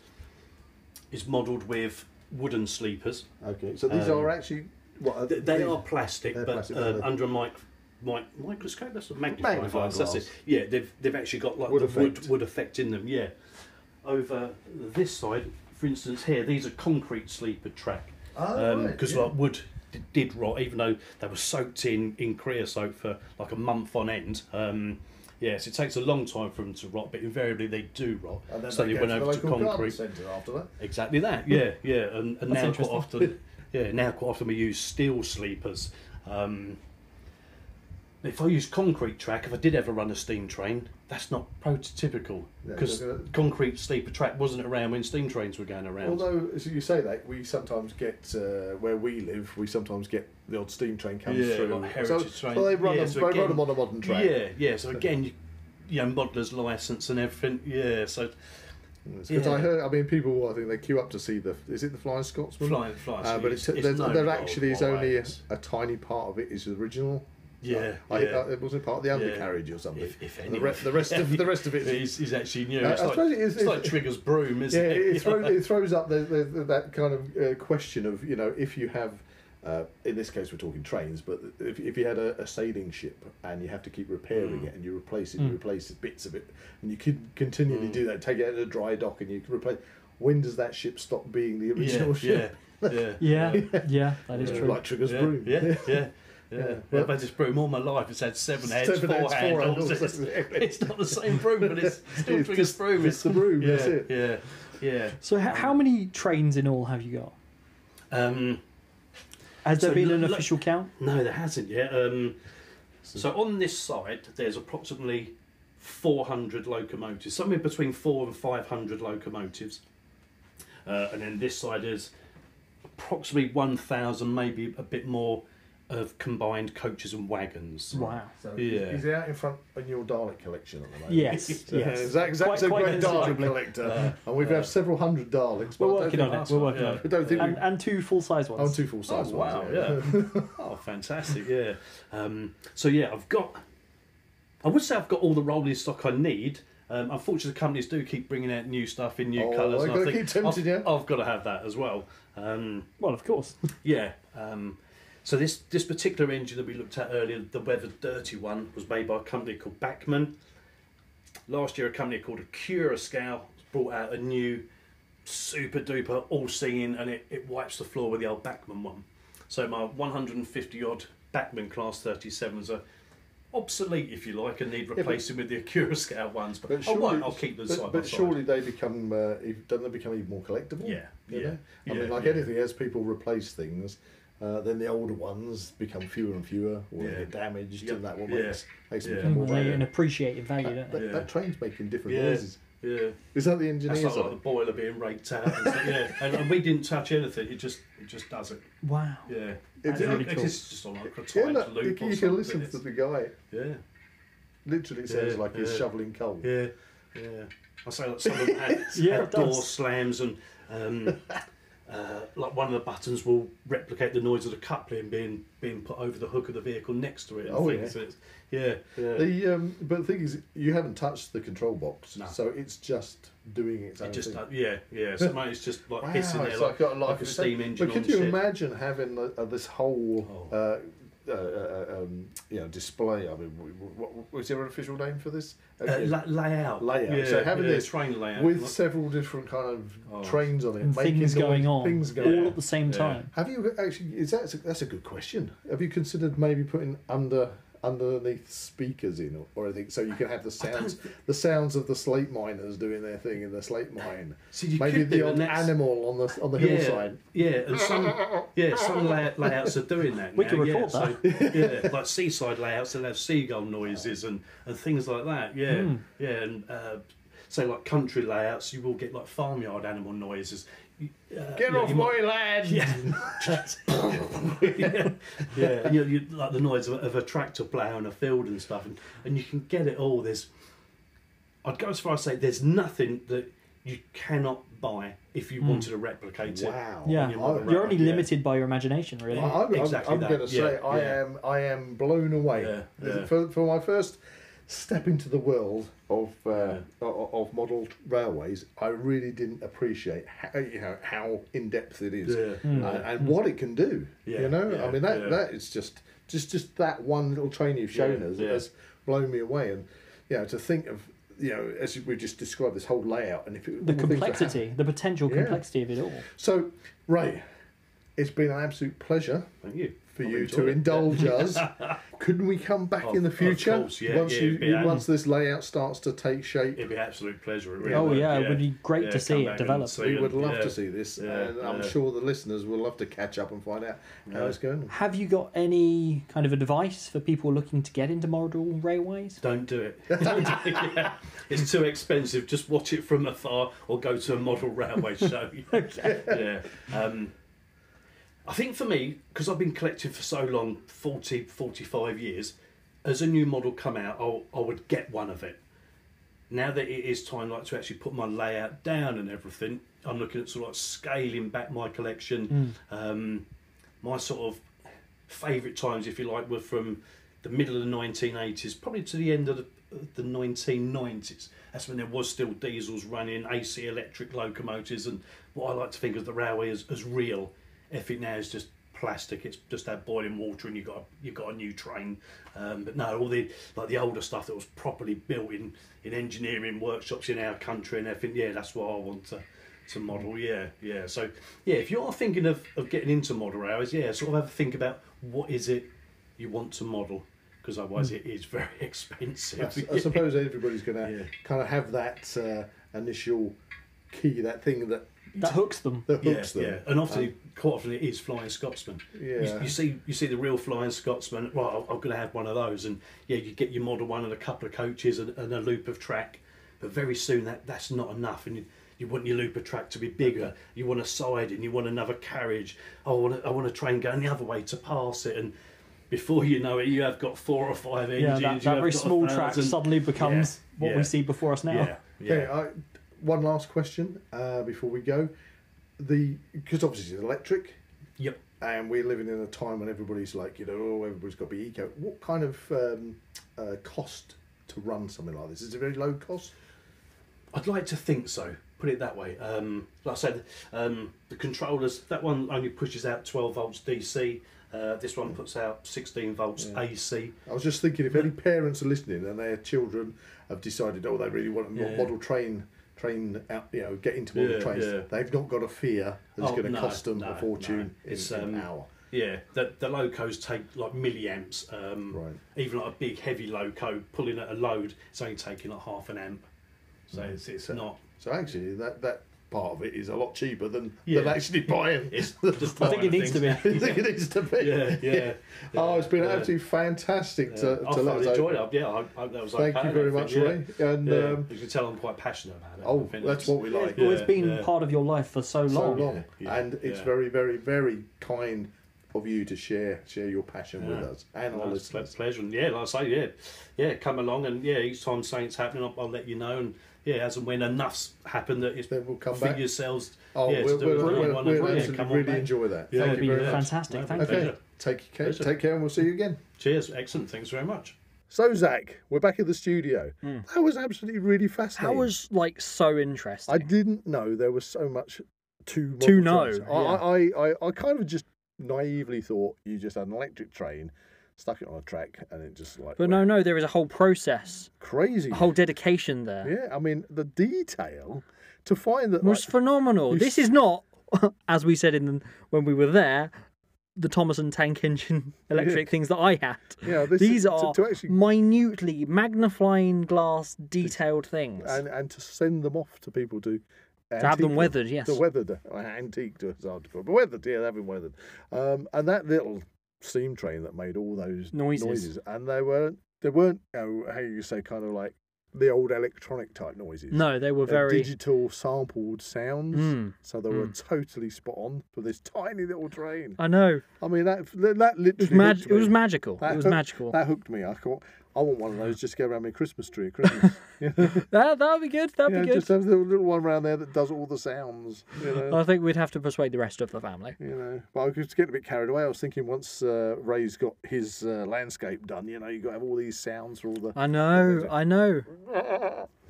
Speaker 3: is modelled with wooden sleepers.
Speaker 2: Okay, so these
Speaker 3: Um,
Speaker 2: are actually what are
Speaker 3: Th- They
Speaker 2: these-
Speaker 3: are plastic,
Speaker 2: They're
Speaker 3: but
Speaker 2: plastic,
Speaker 3: uh,
Speaker 2: aren't they?
Speaker 3: under a mic, mic, microscope. That's a magnifying,
Speaker 2: Magnifying
Speaker 3: glass. That's
Speaker 2: glass.
Speaker 3: it. Yeah, they've they've actually got like
Speaker 2: Wood
Speaker 3: the
Speaker 2: effect.
Speaker 3: wood wood effect in them. Yeah. Over this side, for instance, here these are concrete sleeper track
Speaker 2: Oh, right,
Speaker 3: because
Speaker 2: yeah.
Speaker 3: Um, like wood d- did rot, even though they were soaked in in creosote for like a month on end. Um, yes, it takes a long time for them to rot, but invariably they do rot.
Speaker 2: And then
Speaker 3: so
Speaker 2: Oh, they
Speaker 3: they
Speaker 2: go
Speaker 3: went
Speaker 2: to the
Speaker 3: over to
Speaker 2: local garden
Speaker 3: concrete.
Speaker 2: centre after that.
Speaker 3: Exactly that. Yeah, yeah. And, and now quite
Speaker 1: interesting.
Speaker 3: often, yeah, now quite often we use steel sleepers. Um, if I use concrete track, if I did ever run a steam train, that's not prototypical
Speaker 2: No,
Speaker 3: because
Speaker 2: they're gonna-
Speaker 3: concrete sleeper track wasn't around when steam trains were going around.
Speaker 2: Although, as you say that, we sometimes get uh, where we live, we sometimes get the old steam train comes
Speaker 3: Yeah,
Speaker 2: through.
Speaker 3: like heritage
Speaker 2: so,
Speaker 3: train.
Speaker 2: so they run,
Speaker 3: Yeah,
Speaker 2: them,
Speaker 3: so
Speaker 2: they
Speaker 3: again-
Speaker 2: run them on a modern train.
Speaker 3: Yeah, yeah. So again, you, you know, modeller's license and everything. Yeah, so
Speaker 2: because
Speaker 3: Yeah.
Speaker 2: I heard. I mean, people. I think they queue up to see the. Is it the Flying Scotsman?
Speaker 3: flying, flying.
Speaker 2: Uh,
Speaker 3: so
Speaker 2: but it's, there,
Speaker 3: known
Speaker 2: there
Speaker 3: world-
Speaker 2: actually is
Speaker 3: worldwide.
Speaker 2: only a, a tiny part of it is original.
Speaker 3: yeah,
Speaker 2: I,
Speaker 3: yeah.
Speaker 2: I, it wasn't part of the undercarriage or something.
Speaker 3: if, if
Speaker 2: And
Speaker 3: any.
Speaker 2: the, re- the rest of the rest of it is
Speaker 3: He's, he's actually new.
Speaker 2: Uh,
Speaker 3: it's
Speaker 2: I
Speaker 3: like,
Speaker 2: suppose it is-
Speaker 3: it's like
Speaker 2: it's-
Speaker 3: Trigger's broom, isn't
Speaker 2: yeah,
Speaker 3: it?
Speaker 2: it, throws, it throws up the, the, the, that kind of uh, question of you know if you have Uh, in this case, we're talking trains, but if, if you had a, a sailing ship and you have to keep
Speaker 3: Mm.
Speaker 2: repairing it and you replace it, you replace bits of it, and you can continually
Speaker 3: Mm.
Speaker 2: do that, take it out of the dry dock and you can replace. When does that ship stop being the
Speaker 3: Yeah,
Speaker 2: original
Speaker 3: yeah,
Speaker 2: ship?
Speaker 3: yeah.
Speaker 1: Yeah, yeah, that is true.
Speaker 2: Like Trigger's
Speaker 3: Yeah,
Speaker 2: broom.
Speaker 3: yeah, yeah. Yeah,
Speaker 2: well-
Speaker 3: I've had this broom all my life. It's had seven heads,
Speaker 2: Seven
Speaker 3: four
Speaker 2: heads, four
Speaker 3: handles.
Speaker 2: handles.
Speaker 3: It's, it's not the same broom, but it's still
Speaker 2: It's
Speaker 3: Trigger's
Speaker 2: just-
Speaker 3: broom.
Speaker 2: It's the broom.
Speaker 3: yeah,
Speaker 2: That's it.
Speaker 3: yeah, yeah.
Speaker 1: So, h- how many trains in all have you got?
Speaker 3: Um,
Speaker 1: Has there
Speaker 3: So
Speaker 1: been
Speaker 3: lo-
Speaker 1: an
Speaker 3: lo-
Speaker 1: official count?
Speaker 3: no, there hasn't yet. Um, so on this side, there's approximately 400 locomotives, something between four and 500 locomotives, uh, and then this side is approximately 1,000, maybe a bit more, of combined coaches and wagons.
Speaker 1: Wow.
Speaker 2: So
Speaker 3: Yeah.
Speaker 2: He's out in front on your Dalek collection at the moment.
Speaker 1: Yes,
Speaker 2: So,
Speaker 1: yes.
Speaker 2: Zach, Zach's
Speaker 1: Quite-
Speaker 2: a
Speaker 1: quite
Speaker 2: great Dalek
Speaker 1: considerably.
Speaker 2: collector, and we've had several hundred Daleks.
Speaker 1: We're
Speaker 2: but I don't
Speaker 1: working
Speaker 2: think
Speaker 1: on it.
Speaker 2: that's-
Speaker 1: We're working
Speaker 3: yeah.
Speaker 1: on
Speaker 2: I
Speaker 1: it.
Speaker 2: don't think
Speaker 1: And,
Speaker 2: we.
Speaker 1: and two full size
Speaker 2: Oh,
Speaker 1: ones.
Speaker 2: two full size
Speaker 3: Oh, wow,
Speaker 2: ones.
Speaker 3: yeah. oh, fantastic, yeah. Um, so, yeah, I've got, I would say I've got all the rolling stock I need. Um, unfortunately, companies do keep bringing out new stuff in new
Speaker 2: Oh,
Speaker 3: colours. and
Speaker 2: I've
Speaker 3: I
Speaker 2: gotta
Speaker 3: think
Speaker 2: keep tempting you.
Speaker 3: I've, I've got to have that as well. Um,
Speaker 1: Well, of course.
Speaker 3: yeah. Um, so this this particular engine that we looked at earlier, the weathered dirty one, was made by a company called Backman. Last year, a company called Curascow brought out a new super duper all singing, and it, it wipes the floor with the old Backman one. So my 150 odd Backman class 37s are obsolete, if you like, and need replacing with the Curascow ones. But,
Speaker 2: But
Speaker 3: I
Speaker 2: surely,
Speaker 3: won't. Oh, I'll keep them
Speaker 2: but,
Speaker 3: side
Speaker 2: but
Speaker 3: by side.
Speaker 2: surely they become, uh, if- don't they become even more collectible?
Speaker 3: Yeah,
Speaker 2: You
Speaker 3: yeah,
Speaker 2: know? I
Speaker 3: yeah,
Speaker 2: mean, like
Speaker 3: yeah.
Speaker 2: anything, as people replace things, uh, then the older ones become fewer and fewer, or
Speaker 3: Yeah.
Speaker 2: they get damaged,
Speaker 3: Yep.
Speaker 2: and that one
Speaker 3: Yeah.
Speaker 2: makes, makes them
Speaker 3: Yeah.
Speaker 2: become more
Speaker 1: Well, they
Speaker 2: valuable.
Speaker 1: an appreciated value, don't
Speaker 2: That,
Speaker 1: they?
Speaker 2: that, that train's making different
Speaker 3: Yeah.
Speaker 2: noises.
Speaker 3: yeah.
Speaker 2: Is that the engineer's?
Speaker 3: That's like, like
Speaker 2: on
Speaker 3: the
Speaker 2: it?
Speaker 3: boiler being raked out. And stuff, yeah, and, and we didn't touch anything. It just it just does it.
Speaker 1: Wow.
Speaker 3: Yeah,
Speaker 2: That's
Speaker 3: it,
Speaker 1: really
Speaker 3: it-
Speaker 1: cool.
Speaker 3: It's just on like a
Speaker 2: Yeah,
Speaker 3: timed
Speaker 2: look,
Speaker 3: loop.
Speaker 2: you,
Speaker 3: or
Speaker 2: can- you
Speaker 3: something.
Speaker 2: can listen to
Speaker 3: It's-
Speaker 2: the guy.
Speaker 3: Yeah,
Speaker 2: Literally sounds
Speaker 3: Yeah,
Speaker 2: like he's
Speaker 3: yeah.
Speaker 2: shoveling coal.
Speaker 3: yeah, yeah. I say like some of them had,
Speaker 1: Yeah,
Speaker 3: had
Speaker 1: it
Speaker 3: door
Speaker 1: does.
Speaker 3: slams and um, uh, like one of the buttons will replicate the noise of the coupling being being put over the hook of the vehicle next to it. And
Speaker 2: Oh,
Speaker 3: things.
Speaker 2: yeah.
Speaker 3: So it's, yeah, yeah.
Speaker 2: The um, but the thing is, you haven't touched the control box,
Speaker 3: No.
Speaker 2: so it's just doing its own
Speaker 3: it just
Speaker 2: thing.
Speaker 3: uh, yeah, yeah. So mate, it's just like
Speaker 2: Wow,
Speaker 3: hissing there
Speaker 2: it's
Speaker 3: like,
Speaker 2: got a life
Speaker 3: like a
Speaker 2: of its
Speaker 3: steam
Speaker 2: own.
Speaker 3: engine.
Speaker 2: But
Speaker 3: on
Speaker 2: could you
Speaker 3: shit. Oh.
Speaker 2: imagine having the, uh, this whole uh, uh, uh, um, you know display? I mean, w- w- what, was there an official name for this?
Speaker 3: uh,
Speaker 2: Okay.
Speaker 3: la- layout?
Speaker 2: Layout.
Speaker 3: Yeah,
Speaker 2: So having
Speaker 3: yeah,
Speaker 2: this
Speaker 3: train layout
Speaker 2: with
Speaker 3: like-
Speaker 2: several different kind of
Speaker 3: Oh.
Speaker 2: trains on it,
Speaker 1: And
Speaker 2: making
Speaker 1: things
Speaker 2: noise,
Speaker 1: going on.
Speaker 2: Things
Speaker 1: all
Speaker 2: going. on.
Speaker 1: at the same
Speaker 3: Yeah.
Speaker 1: time.
Speaker 2: Have you actually? Is that that's a good question? Have you considered maybe putting under underneath speakers in or, or anything so you can have the sounds the sounds of the slate miners doing their thing in the slate mine?
Speaker 3: So you
Speaker 2: maybe
Speaker 3: could
Speaker 2: the
Speaker 3: do,
Speaker 2: odd
Speaker 3: and that's-
Speaker 2: animal on the on the hillside.
Speaker 3: Yeah, and some yeah some lay- layouts are doing that.
Speaker 1: We
Speaker 3: now,
Speaker 1: can
Speaker 3: yeah,
Speaker 1: record
Speaker 3: so, that. yeah, like seaside layouts that have seagull noises and, and things like that. Yeah,
Speaker 1: Hmm.
Speaker 3: yeah, and uh, say like country layouts, you will get like farmyard animal noises. You- Uh,
Speaker 2: Get
Speaker 3: you know,
Speaker 2: off
Speaker 3: you
Speaker 2: my
Speaker 3: might-
Speaker 2: land!
Speaker 3: yeah. yeah, yeah, you, you like the noise of, of a tractor plough in a field and stuff, and, and you can get it all. There's, I'd go as far as say there's nothing that you cannot buy if
Speaker 1: Hmm.
Speaker 3: you wanted to replicate it.
Speaker 2: Wow.
Speaker 1: Yeah.
Speaker 2: I,
Speaker 3: you're not
Speaker 2: I,
Speaker 3: right.
Speaker 1: You're only
Speaker 3: yeah.
Speaker 1: limited by your imagination, really.
Speaker 3: Yeah.
Speaker 2: I'm,
Speaker 3: Exactly
Speaker 2: I'm,
Speaker 3: that.
Speaker 2: going to say
Speaker 3: Yeah,
Speaker 2: I
Speaker 3: yeah.
Speaker 2: am I am blown away
Speaker 3: Yeah, yeah.
Speaker 2: For, for my first step into the world of uh, of, of model railways. I really didn't appreciate how you know how in depth it is
Speaker 3: Yeah.
Speaker 1: Hmm.
Speaker 2: and, and what it can do.
Speaker 3: Yeah,
Speaker 2: You know,
Speaker 3: yeah,
Speaker 2: I mean that
Speaker 3: yeah.
Speaker 2: that is just just just that one little train you've shown
Speaker 3: Yeah,
Speaker 2: us
Speaker 3: yeah.
Speaker 2: has blown me away. And you know to think of you know as we just described this whole layout and if it,
Speaker 1: the
Speaker 2: all things that happen.
Speaker 1: complexity, the potential
Speaker 2: Yeah.
Speaker 1: complexity of it all.
Speaker 2: So, Ray, it's been an absolute pleasure
Speaker 3: Thank you
Speaker 2: for
Speaker 3: I've
Speaker 2: you
Speaker 3: enjoyed
Speaker 2: to
Speaker 3: it.
Speaker 2: indulge us. Couldn't we come back
Speaker 3: Of-
Speaker 2: in the
Speaker 3: of
Speaker 2: future
Speaker 3: course, yeah,
Speaker 2: once
Speaker 3: yeah,
Speaker 2: you,
Speaker 3: it'd be
Speaker 2: you-
Speaker 3: an-
Speaker 2: once this layout starts to take shape?
Speaker 3: It'd be an absolute pleasure. It really
Speaker 1: Oh,
Speaker 3: would,
Speaker 1: yeah, it would be great to see
Speaker 3: come
Speaker 1: it
Speaker 3: back and
Speaker 1: develop.
Speaker 3: see
Speaker 2: We
Speaker 3: it,
Speaker 2: would love
Speaker 3: yeah.
Speaker 2: to see this,
Speaker 3: Yeah,
Speaker 2: and I'm
Speaker 3: yeah.
Speaker 2: sure the listeners will love to catch up and find out how it's going.
Speaker 1: Have you got any kind of advice for people looking to get into model railways?
Speaker 3: Don't do it. Yeah. It's too expensive. Just watch it from afar or go to a model railway show. Yeah. Um, I think for me, because I've been collecting for so long 40, 45 years as a new model come out, I, I would get one of it. Now that it is time like to actually put my layout down and everything, I'm looking at sort of like scaling back my collection. Um, my sort of favourite times, if you like, were from the middle of the 1980s, probably to the end of the, of the 1990s. That's when there was still diesels running, AC electric locomotives, and what I like to think of the railway as, as real. If it now is just plastic. It's just that boiling water, and you got you got a new train. Um, but no, all the like the older stuff that was properly built in in engineering workshops in our country and everything. Yeah, that's what I want to to model. Yeah, yeah. So yeah, if you are thinking of, of getting into model hours, yeah, sort of have a think about what is it you want to model because otherwise it is very expensive.
Speaker 2: I, s- I suppose everybody's going to
Speaker 3: Yeah.
Speaker 2: kind of have that uh, initial key, that thing that,
Speaker 5: That hooks them.
Speaker 2: that
Speaker 3: Yeah,
Speaker 2: hooks them. Um,
Speaker 3: yeah, and often, quite often, it is Flying Scotsman. You- You,
Speaker 2: Yeah.
Speaker 3: see, you see the real Flying Scotsman. Right, I'm, going to have one of those, and yeah, you get your model one and a couple of coaches and, and a loop of track, but very soon that that's not enough, and you, you want your loop of track to be bigger. You want a side, and you want another carriage. Oh, I want, a, I want a train going the other way to pass it, and before you know it, you have got four or five
Speaker 5: Yeah,
Speaker 3: engines.
Speaker 5: that,
Speaker 3: you
Speaker 5: that
Speaker 3: have
Speaker 5: very
Speaker 3: got a
Speaker 5: small track
Speaker 3: thousand-
Speaker 5: suddenly becomes
Speaker 3: Yeah,
Speaker 5: what
Speaker 3: yeah,
Speaker 5: we see before us now.
Speaker 3: Yeah, yeah.
Speaker 2: Okay, uh, I, one last question uh, before we go. The because obviously it's electric,
Speaker 3: Yep.
Speaker 2: and we're living in a time when everybody's like, you know, oh, everybody's got to be eco. What kind of um, uh, cost to run something like this? Is it very low cost?
Speaker 3: I'd like to think so. Put it that way. Um, like I said, um, the controllers that one only pushes out 12 volts DC. Uh, this one puts out 16 volts AC.
Speaker 2: I was just thinking if any parents are listening and their children have decided, oh, they really want to
Speaker 3: Yeah.
Speaker 2: model train, train out, you know, get into model
Speaker 3: Yeah,
Speaker 2: trains,
Speaker 3: yeah.
Speaker 2: they've not got a fear that it's
Speaker 3: Oh,
Speaker 2: going to
Speaker 3: no,
Speaker 2: cost them
Speaker 3: no,
Speaker 2: a fortune
Speaker 3: no.
Speaker 2: in,
Speaker 3: It's,
Speaker 2: in
Speaker 3: um,
Speaker 2: an hour.
Speaker 3: Yeah, the, the locos take like milliamps. Um,
Speaker 2: Right.
Speaker 3: Even like a big heavy loco pulling at a load, it's only taking like half an amp. So it's, it's not.
Speaker 2: Mm. So actually, that that part of it is a lot cheaper than
Speaker 3: Yeah.
Speaker 2: than actually buying.
Speaker 3: It's
Speaker 2: the
Speaker 3: just
Speaker 5: I think it
Speaker 3: buying
Speaker 5: needs to
Speaker 3: things.
Speaker 5: be.
Speaker 2: I think it needs to be.
Speaker 3: Yeah, yeah.
Speaker 2: Oh, it's been
Speaker 3: Yeah.
Speaker 2: absolutely fantastic
Speaker 3: Yeah.
Speaker 2: to,
Speaker 3: uh, I
Speaker 2: to let us
Speaker 3: thoroughly enjoyed
Speaker 2: open.
Speaker 3: it. Yeah, I hope that was.
Speaker 2: Thank
Speaker 3: okay,
Speaker 2: you very
Speaker 3: I
Speaker 2: much,
Speaker 3: think,
Speaker 2: Ray. And
Speaker 3: Yeah.
Speaker 2: um,
Speaker 3: you can tell I'm quite passionate about it. I
Speaker 2: oh, that's
Speaker 3: think it's-
Speaker 2: what we like.
Speaker 5: Well, it's been
Speaker 3: yeah.
Speaker 5: part of your life for so long.
Speaker 2: so long,
Speaker 3: yeah,
Speaker 2: and it's
Speaker 3: yeah.
Speaker 2: very, very, very kind of you to share share your passion with
Speaker 3: Yeah.
Speaker 2: us and
Speaker 3: No,
Speaker 2: our
Speaker 3: it's a
Speaker 2: listeners.
Speaker 3: pleasure, and yeah, like I say, yeah, yeah, come along, and yeah, each time something's happening, I'll, I'll let you know, and yeah, as and when enough's happened that it's
Speaker 2: Then we'll come
Speaker 3: for
Speaker 2: back.
Speaker 3: yourselves.
Speaker 2: Oh,
Speaker 3: yeah,
Speaker 2: we'll,
Speaker 3: to do
Speaker 2: we'll,
Speaker 3: another
Speaker 2: we'll,
Speaker 3: one,
Speaker 2: we'll
Speaker 3: and yeah,
Speaker 2: absolutely
Speaker 3: come on
Speaker 2: really
Speaker 3: back.
Speaker 2: enjoy that. Thank
Speaker 3: Yeah,
Speaker 5: That'd
Speaker 2: you
Speaker 5: be
Speaker 2: very much.
Speaker 5: fantastic.
Speaker 3: No,
Speaker 5: Thank
Speaker 2: Okay,
Speaker 5: you.
Speaker 3: Pleasure.
Speaker 2: take care.
Speaker 3: Pleasure.
Speaker 2: Take care, and we'll see you again.
Speaker 3: Cheers, excellent, thanks very much.
Speaker 2: So, Zach, we're back at the studio.
Speaker 3: Hmm.
Speaker 2: That was absolutely really fascinating.
Speaker 1: That was like so interesting.
Speaker 2: I didn't know there was so much to
Speaker 1: To
Speaker 2: model trains.
Speaker 1: know,
Speaker 2: I, I, I, I kind of just naively thought you just had an electric train, stuck it on a track, and it just like
Speaker 1: but
Speaker 2: went
Speaker 1: no, no, there is a whole process,
Speaker 2: crazy.
Speaker 1: a whole dedication there.
Speaker 2: yeah, I mean the detail to find that
Speaker 1: It was
Speaker 2: like,
Speaker 1: phenomenal.
Speaker 2: You
Speaker 1: This is not, as we said in the, when we were there, the Thomas and Tank Engine electric things that I had.
Speaker 2: Yeah, this
Speaker 1: These
Speaker 2: is- to-
Speaker 1: are
Speaker 2: to actually-
Speaker 1: minutely magnifying glass detailed things.
Speaker 2: and and to send them off to people to. To
Speaker 1: have them weathered, yes.
Speaker 2: To weathered, uh, antique to as article, but weathered, yeah, they've been weathered. Um, and that little steam train that made all those
Speaker 1: Noises.
Speaker 2: and they weren't, they weren't, oh, how you say, kind of like the old electronic type noises.
Speaker 1: no, they were
Speaker 2: They're
Speaker 1: very.
Speaker 2: digital sampled sounds.
Speaker 1: Mm,
Speaker 2: So they were totally spot on for this tiny little train.
Speaker 1: I know.
Speaker 2: I mean, that that literally
Speaker 1: It was, mag-
Speaker 2: hooked
Speaker 1: it was
Speaker 2: me.
Speaker 1: magical.
Speaker 2: That
Speaker 1: It was
Speaker 2: hooked-
Speaker 1: magical.
Speaker 2: That hooked me. I thought, I want one of those just to go around my Christmas tree at Christmas. you know,
Speaker 1: That that'd be good. That'd
Speaker 2: you know,
Speaker 1: be good.
Speaker 2: just have the little one around there that does all the sounds. You know.
Speaker 1: I think we'd have to persuade the rest of the family.
Speaker 2: You know, but I was getting a bit carried away. I was thinking once uh, Ray's got his uh, landscape done, you know, you got to have all these sounds for all the
Speaker 1: I know. I know.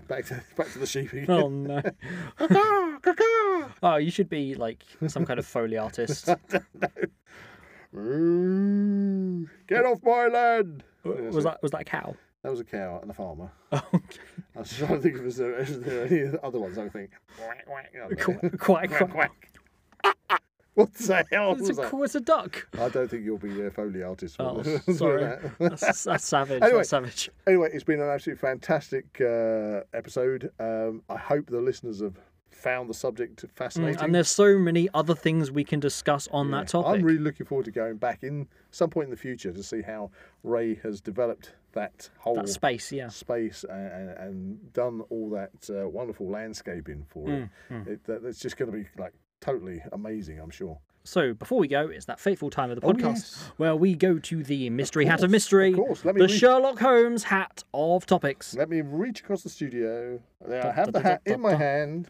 Speaker 2: back to back to the sheepy.
Speaker 1: Oh no. oh, you should be like some kind of foley artist.
Speaker 2: Get off my land! Yeah,
Speaker 1: Was that was that a cow?
Speaker 2: That was a cow and a farmer.
Speaker 1: Okay.
Speaker 2: I was trying to think if was there, is there any other ones. I would think quack quack. I don't know.
Speaker 1: Quite quite.
Speaker 2: quack. What the hell
Speaker 1: It's
Speaker 2: was
Speaker 1: a,
Speaker 2: that?
Speaker 1: qu- it's a duck.
Speaker 2: I don't think you'll be a foley artist. for
Speaker 1: Oh,
Speaker 2: this- for
Speaker 1: sorry.
Speaker 2: that.
Speaker 1: That's, that's savage.
Speaker 2: Anyway.
Speaker 1: That's savage.
Speaker 2: Anyway, it's been an absolutely fantastic uh, episode. Um, I hope the listeners have found the
Speaker 1: Mm,
Speaker 2: subject fascinating.
Speaker 1: And there's so many other things we can discuss on that topic.
Speaker 2: I'm really looking forward to going back in some point in the future to see how Ray has developed that whole
Speaker 1: that space, yeah.
Speaker 2: space and, and, and done all that uh, wonderful landscaping for it.
Speaker 1: Mm,
Speaker 2: it that, that's just going to be like totally amazing, I'm sure.
Speaker 1: So before we go, it's that fateful time of the
Speaker 2: Oh,
Speaker 1: podcast
Speaker 2: yes.
Speaker 1: where we go to the mystery hat
Speaker 2: course,
Speaker 1: of mystery,
Speaker 2: of course. Let me
Speaker 1: the
Speaker 2: read-
Speaker 1: Sherlock Holmes hat of topics.
Speaker 2: Let me reach across the studio. There,
Speaker 1: Da,
Speaker 2: I have
Speaker 1: da,
Speaker 2: the
Speaker 1: da,
Speaker 2: hat
Speaker 1: da,
Speaker 2: in my
Speaker 1: da.
Speaker 2: hand.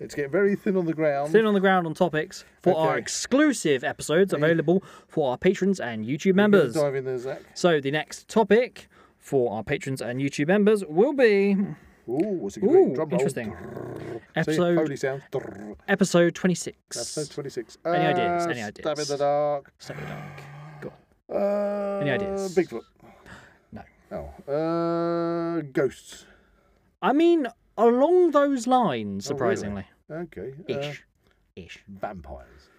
Speaker 2: It's getting very thin on the ground.
Speaker 1: Thin on the ground on topics for our
Speaker 2: Okay.
Speaker 1: exclusive episodes available for our patrons and YouTube members.
Speaker 2: Dive in there, Zach.
Speaker 1: So the next topic for our patrons and YouTube members will be
Speaker 2: Ooh, what's a
Speaker 1: ooh
Speaker 2: great drum roll.
Speaker 1: interesting.
Speaker 2: See, Foley
Speaker 1: Episode
Speaker 2: sounds. Drrr.
Speaker 1: episode 26.
Speaker 2: Episode 26.
Speaker 1: Any ideas? Any
Speaker 2: Uh, Stab in
Speaker 1: ideas?
Speaker 2: the dark.
Speaker 1: Stab in the dark. Go on.
Speaker 2: Uh,
Speaker 1: Any ideas?
Speaker 2: Bigfoot.
Speaker 1: No.
Speaker 2: Oh. Uh, ghosts.
Speaker 1: I mean, along those lines,
Speaker 2: Oh,
Speaker 1: surprisingly.
Speaker 2: Okay. uh,
Speaker 1: Ish. Ish.
Speaker 2: vampires.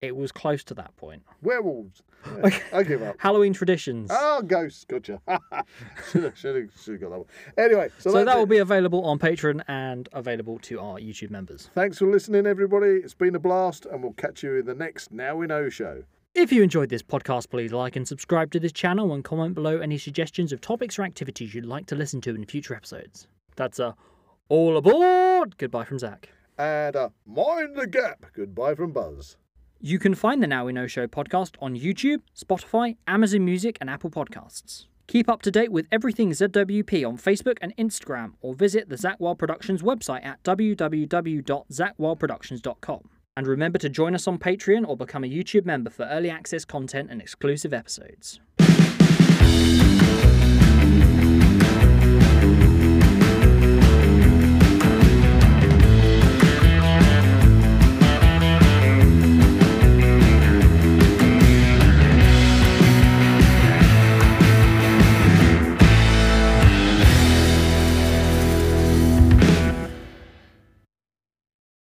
Speaker 1: It was close to that point.
Speaker 2: Werewolves. Yeah, I give up.
Speaker 1: Halloween traditions.
Speaker 2: Oh, ghosts. Gotcha. should have should have got that one. Anyway, so,
Speaker 1: so
Speaker 2: that's
Speaker 1: that will
Speaker 2: it.
Speaker 1: be available on Patreon and available to our YouTube members.
Speaker 2: Thanks for listening, everybody. It's been a blast, and we'll catch you in the next Now We Know show.
Speaker 1: If you enjoyed this podcast, please like and subscribe to this channel and comment below any suggestions of topics or activities you'd like to listen to in future episodes. That's a all aboard! Goodbye from Zach.
Speaker 2: And uh, mind the gap. Goodbye from Buzz.
Speaker 1: You can find the Now We Know Show podcast on YouTube, Spotify, Amazon Music, and Apple Podcasts. Keep up to date with everything ZWP on Facebook and Instagram, or visit the Zach Wild Productions website at www.zachwildproductions.com. And remember to join us on Patreon or become a YouTube member for early access content and exclusive episodes.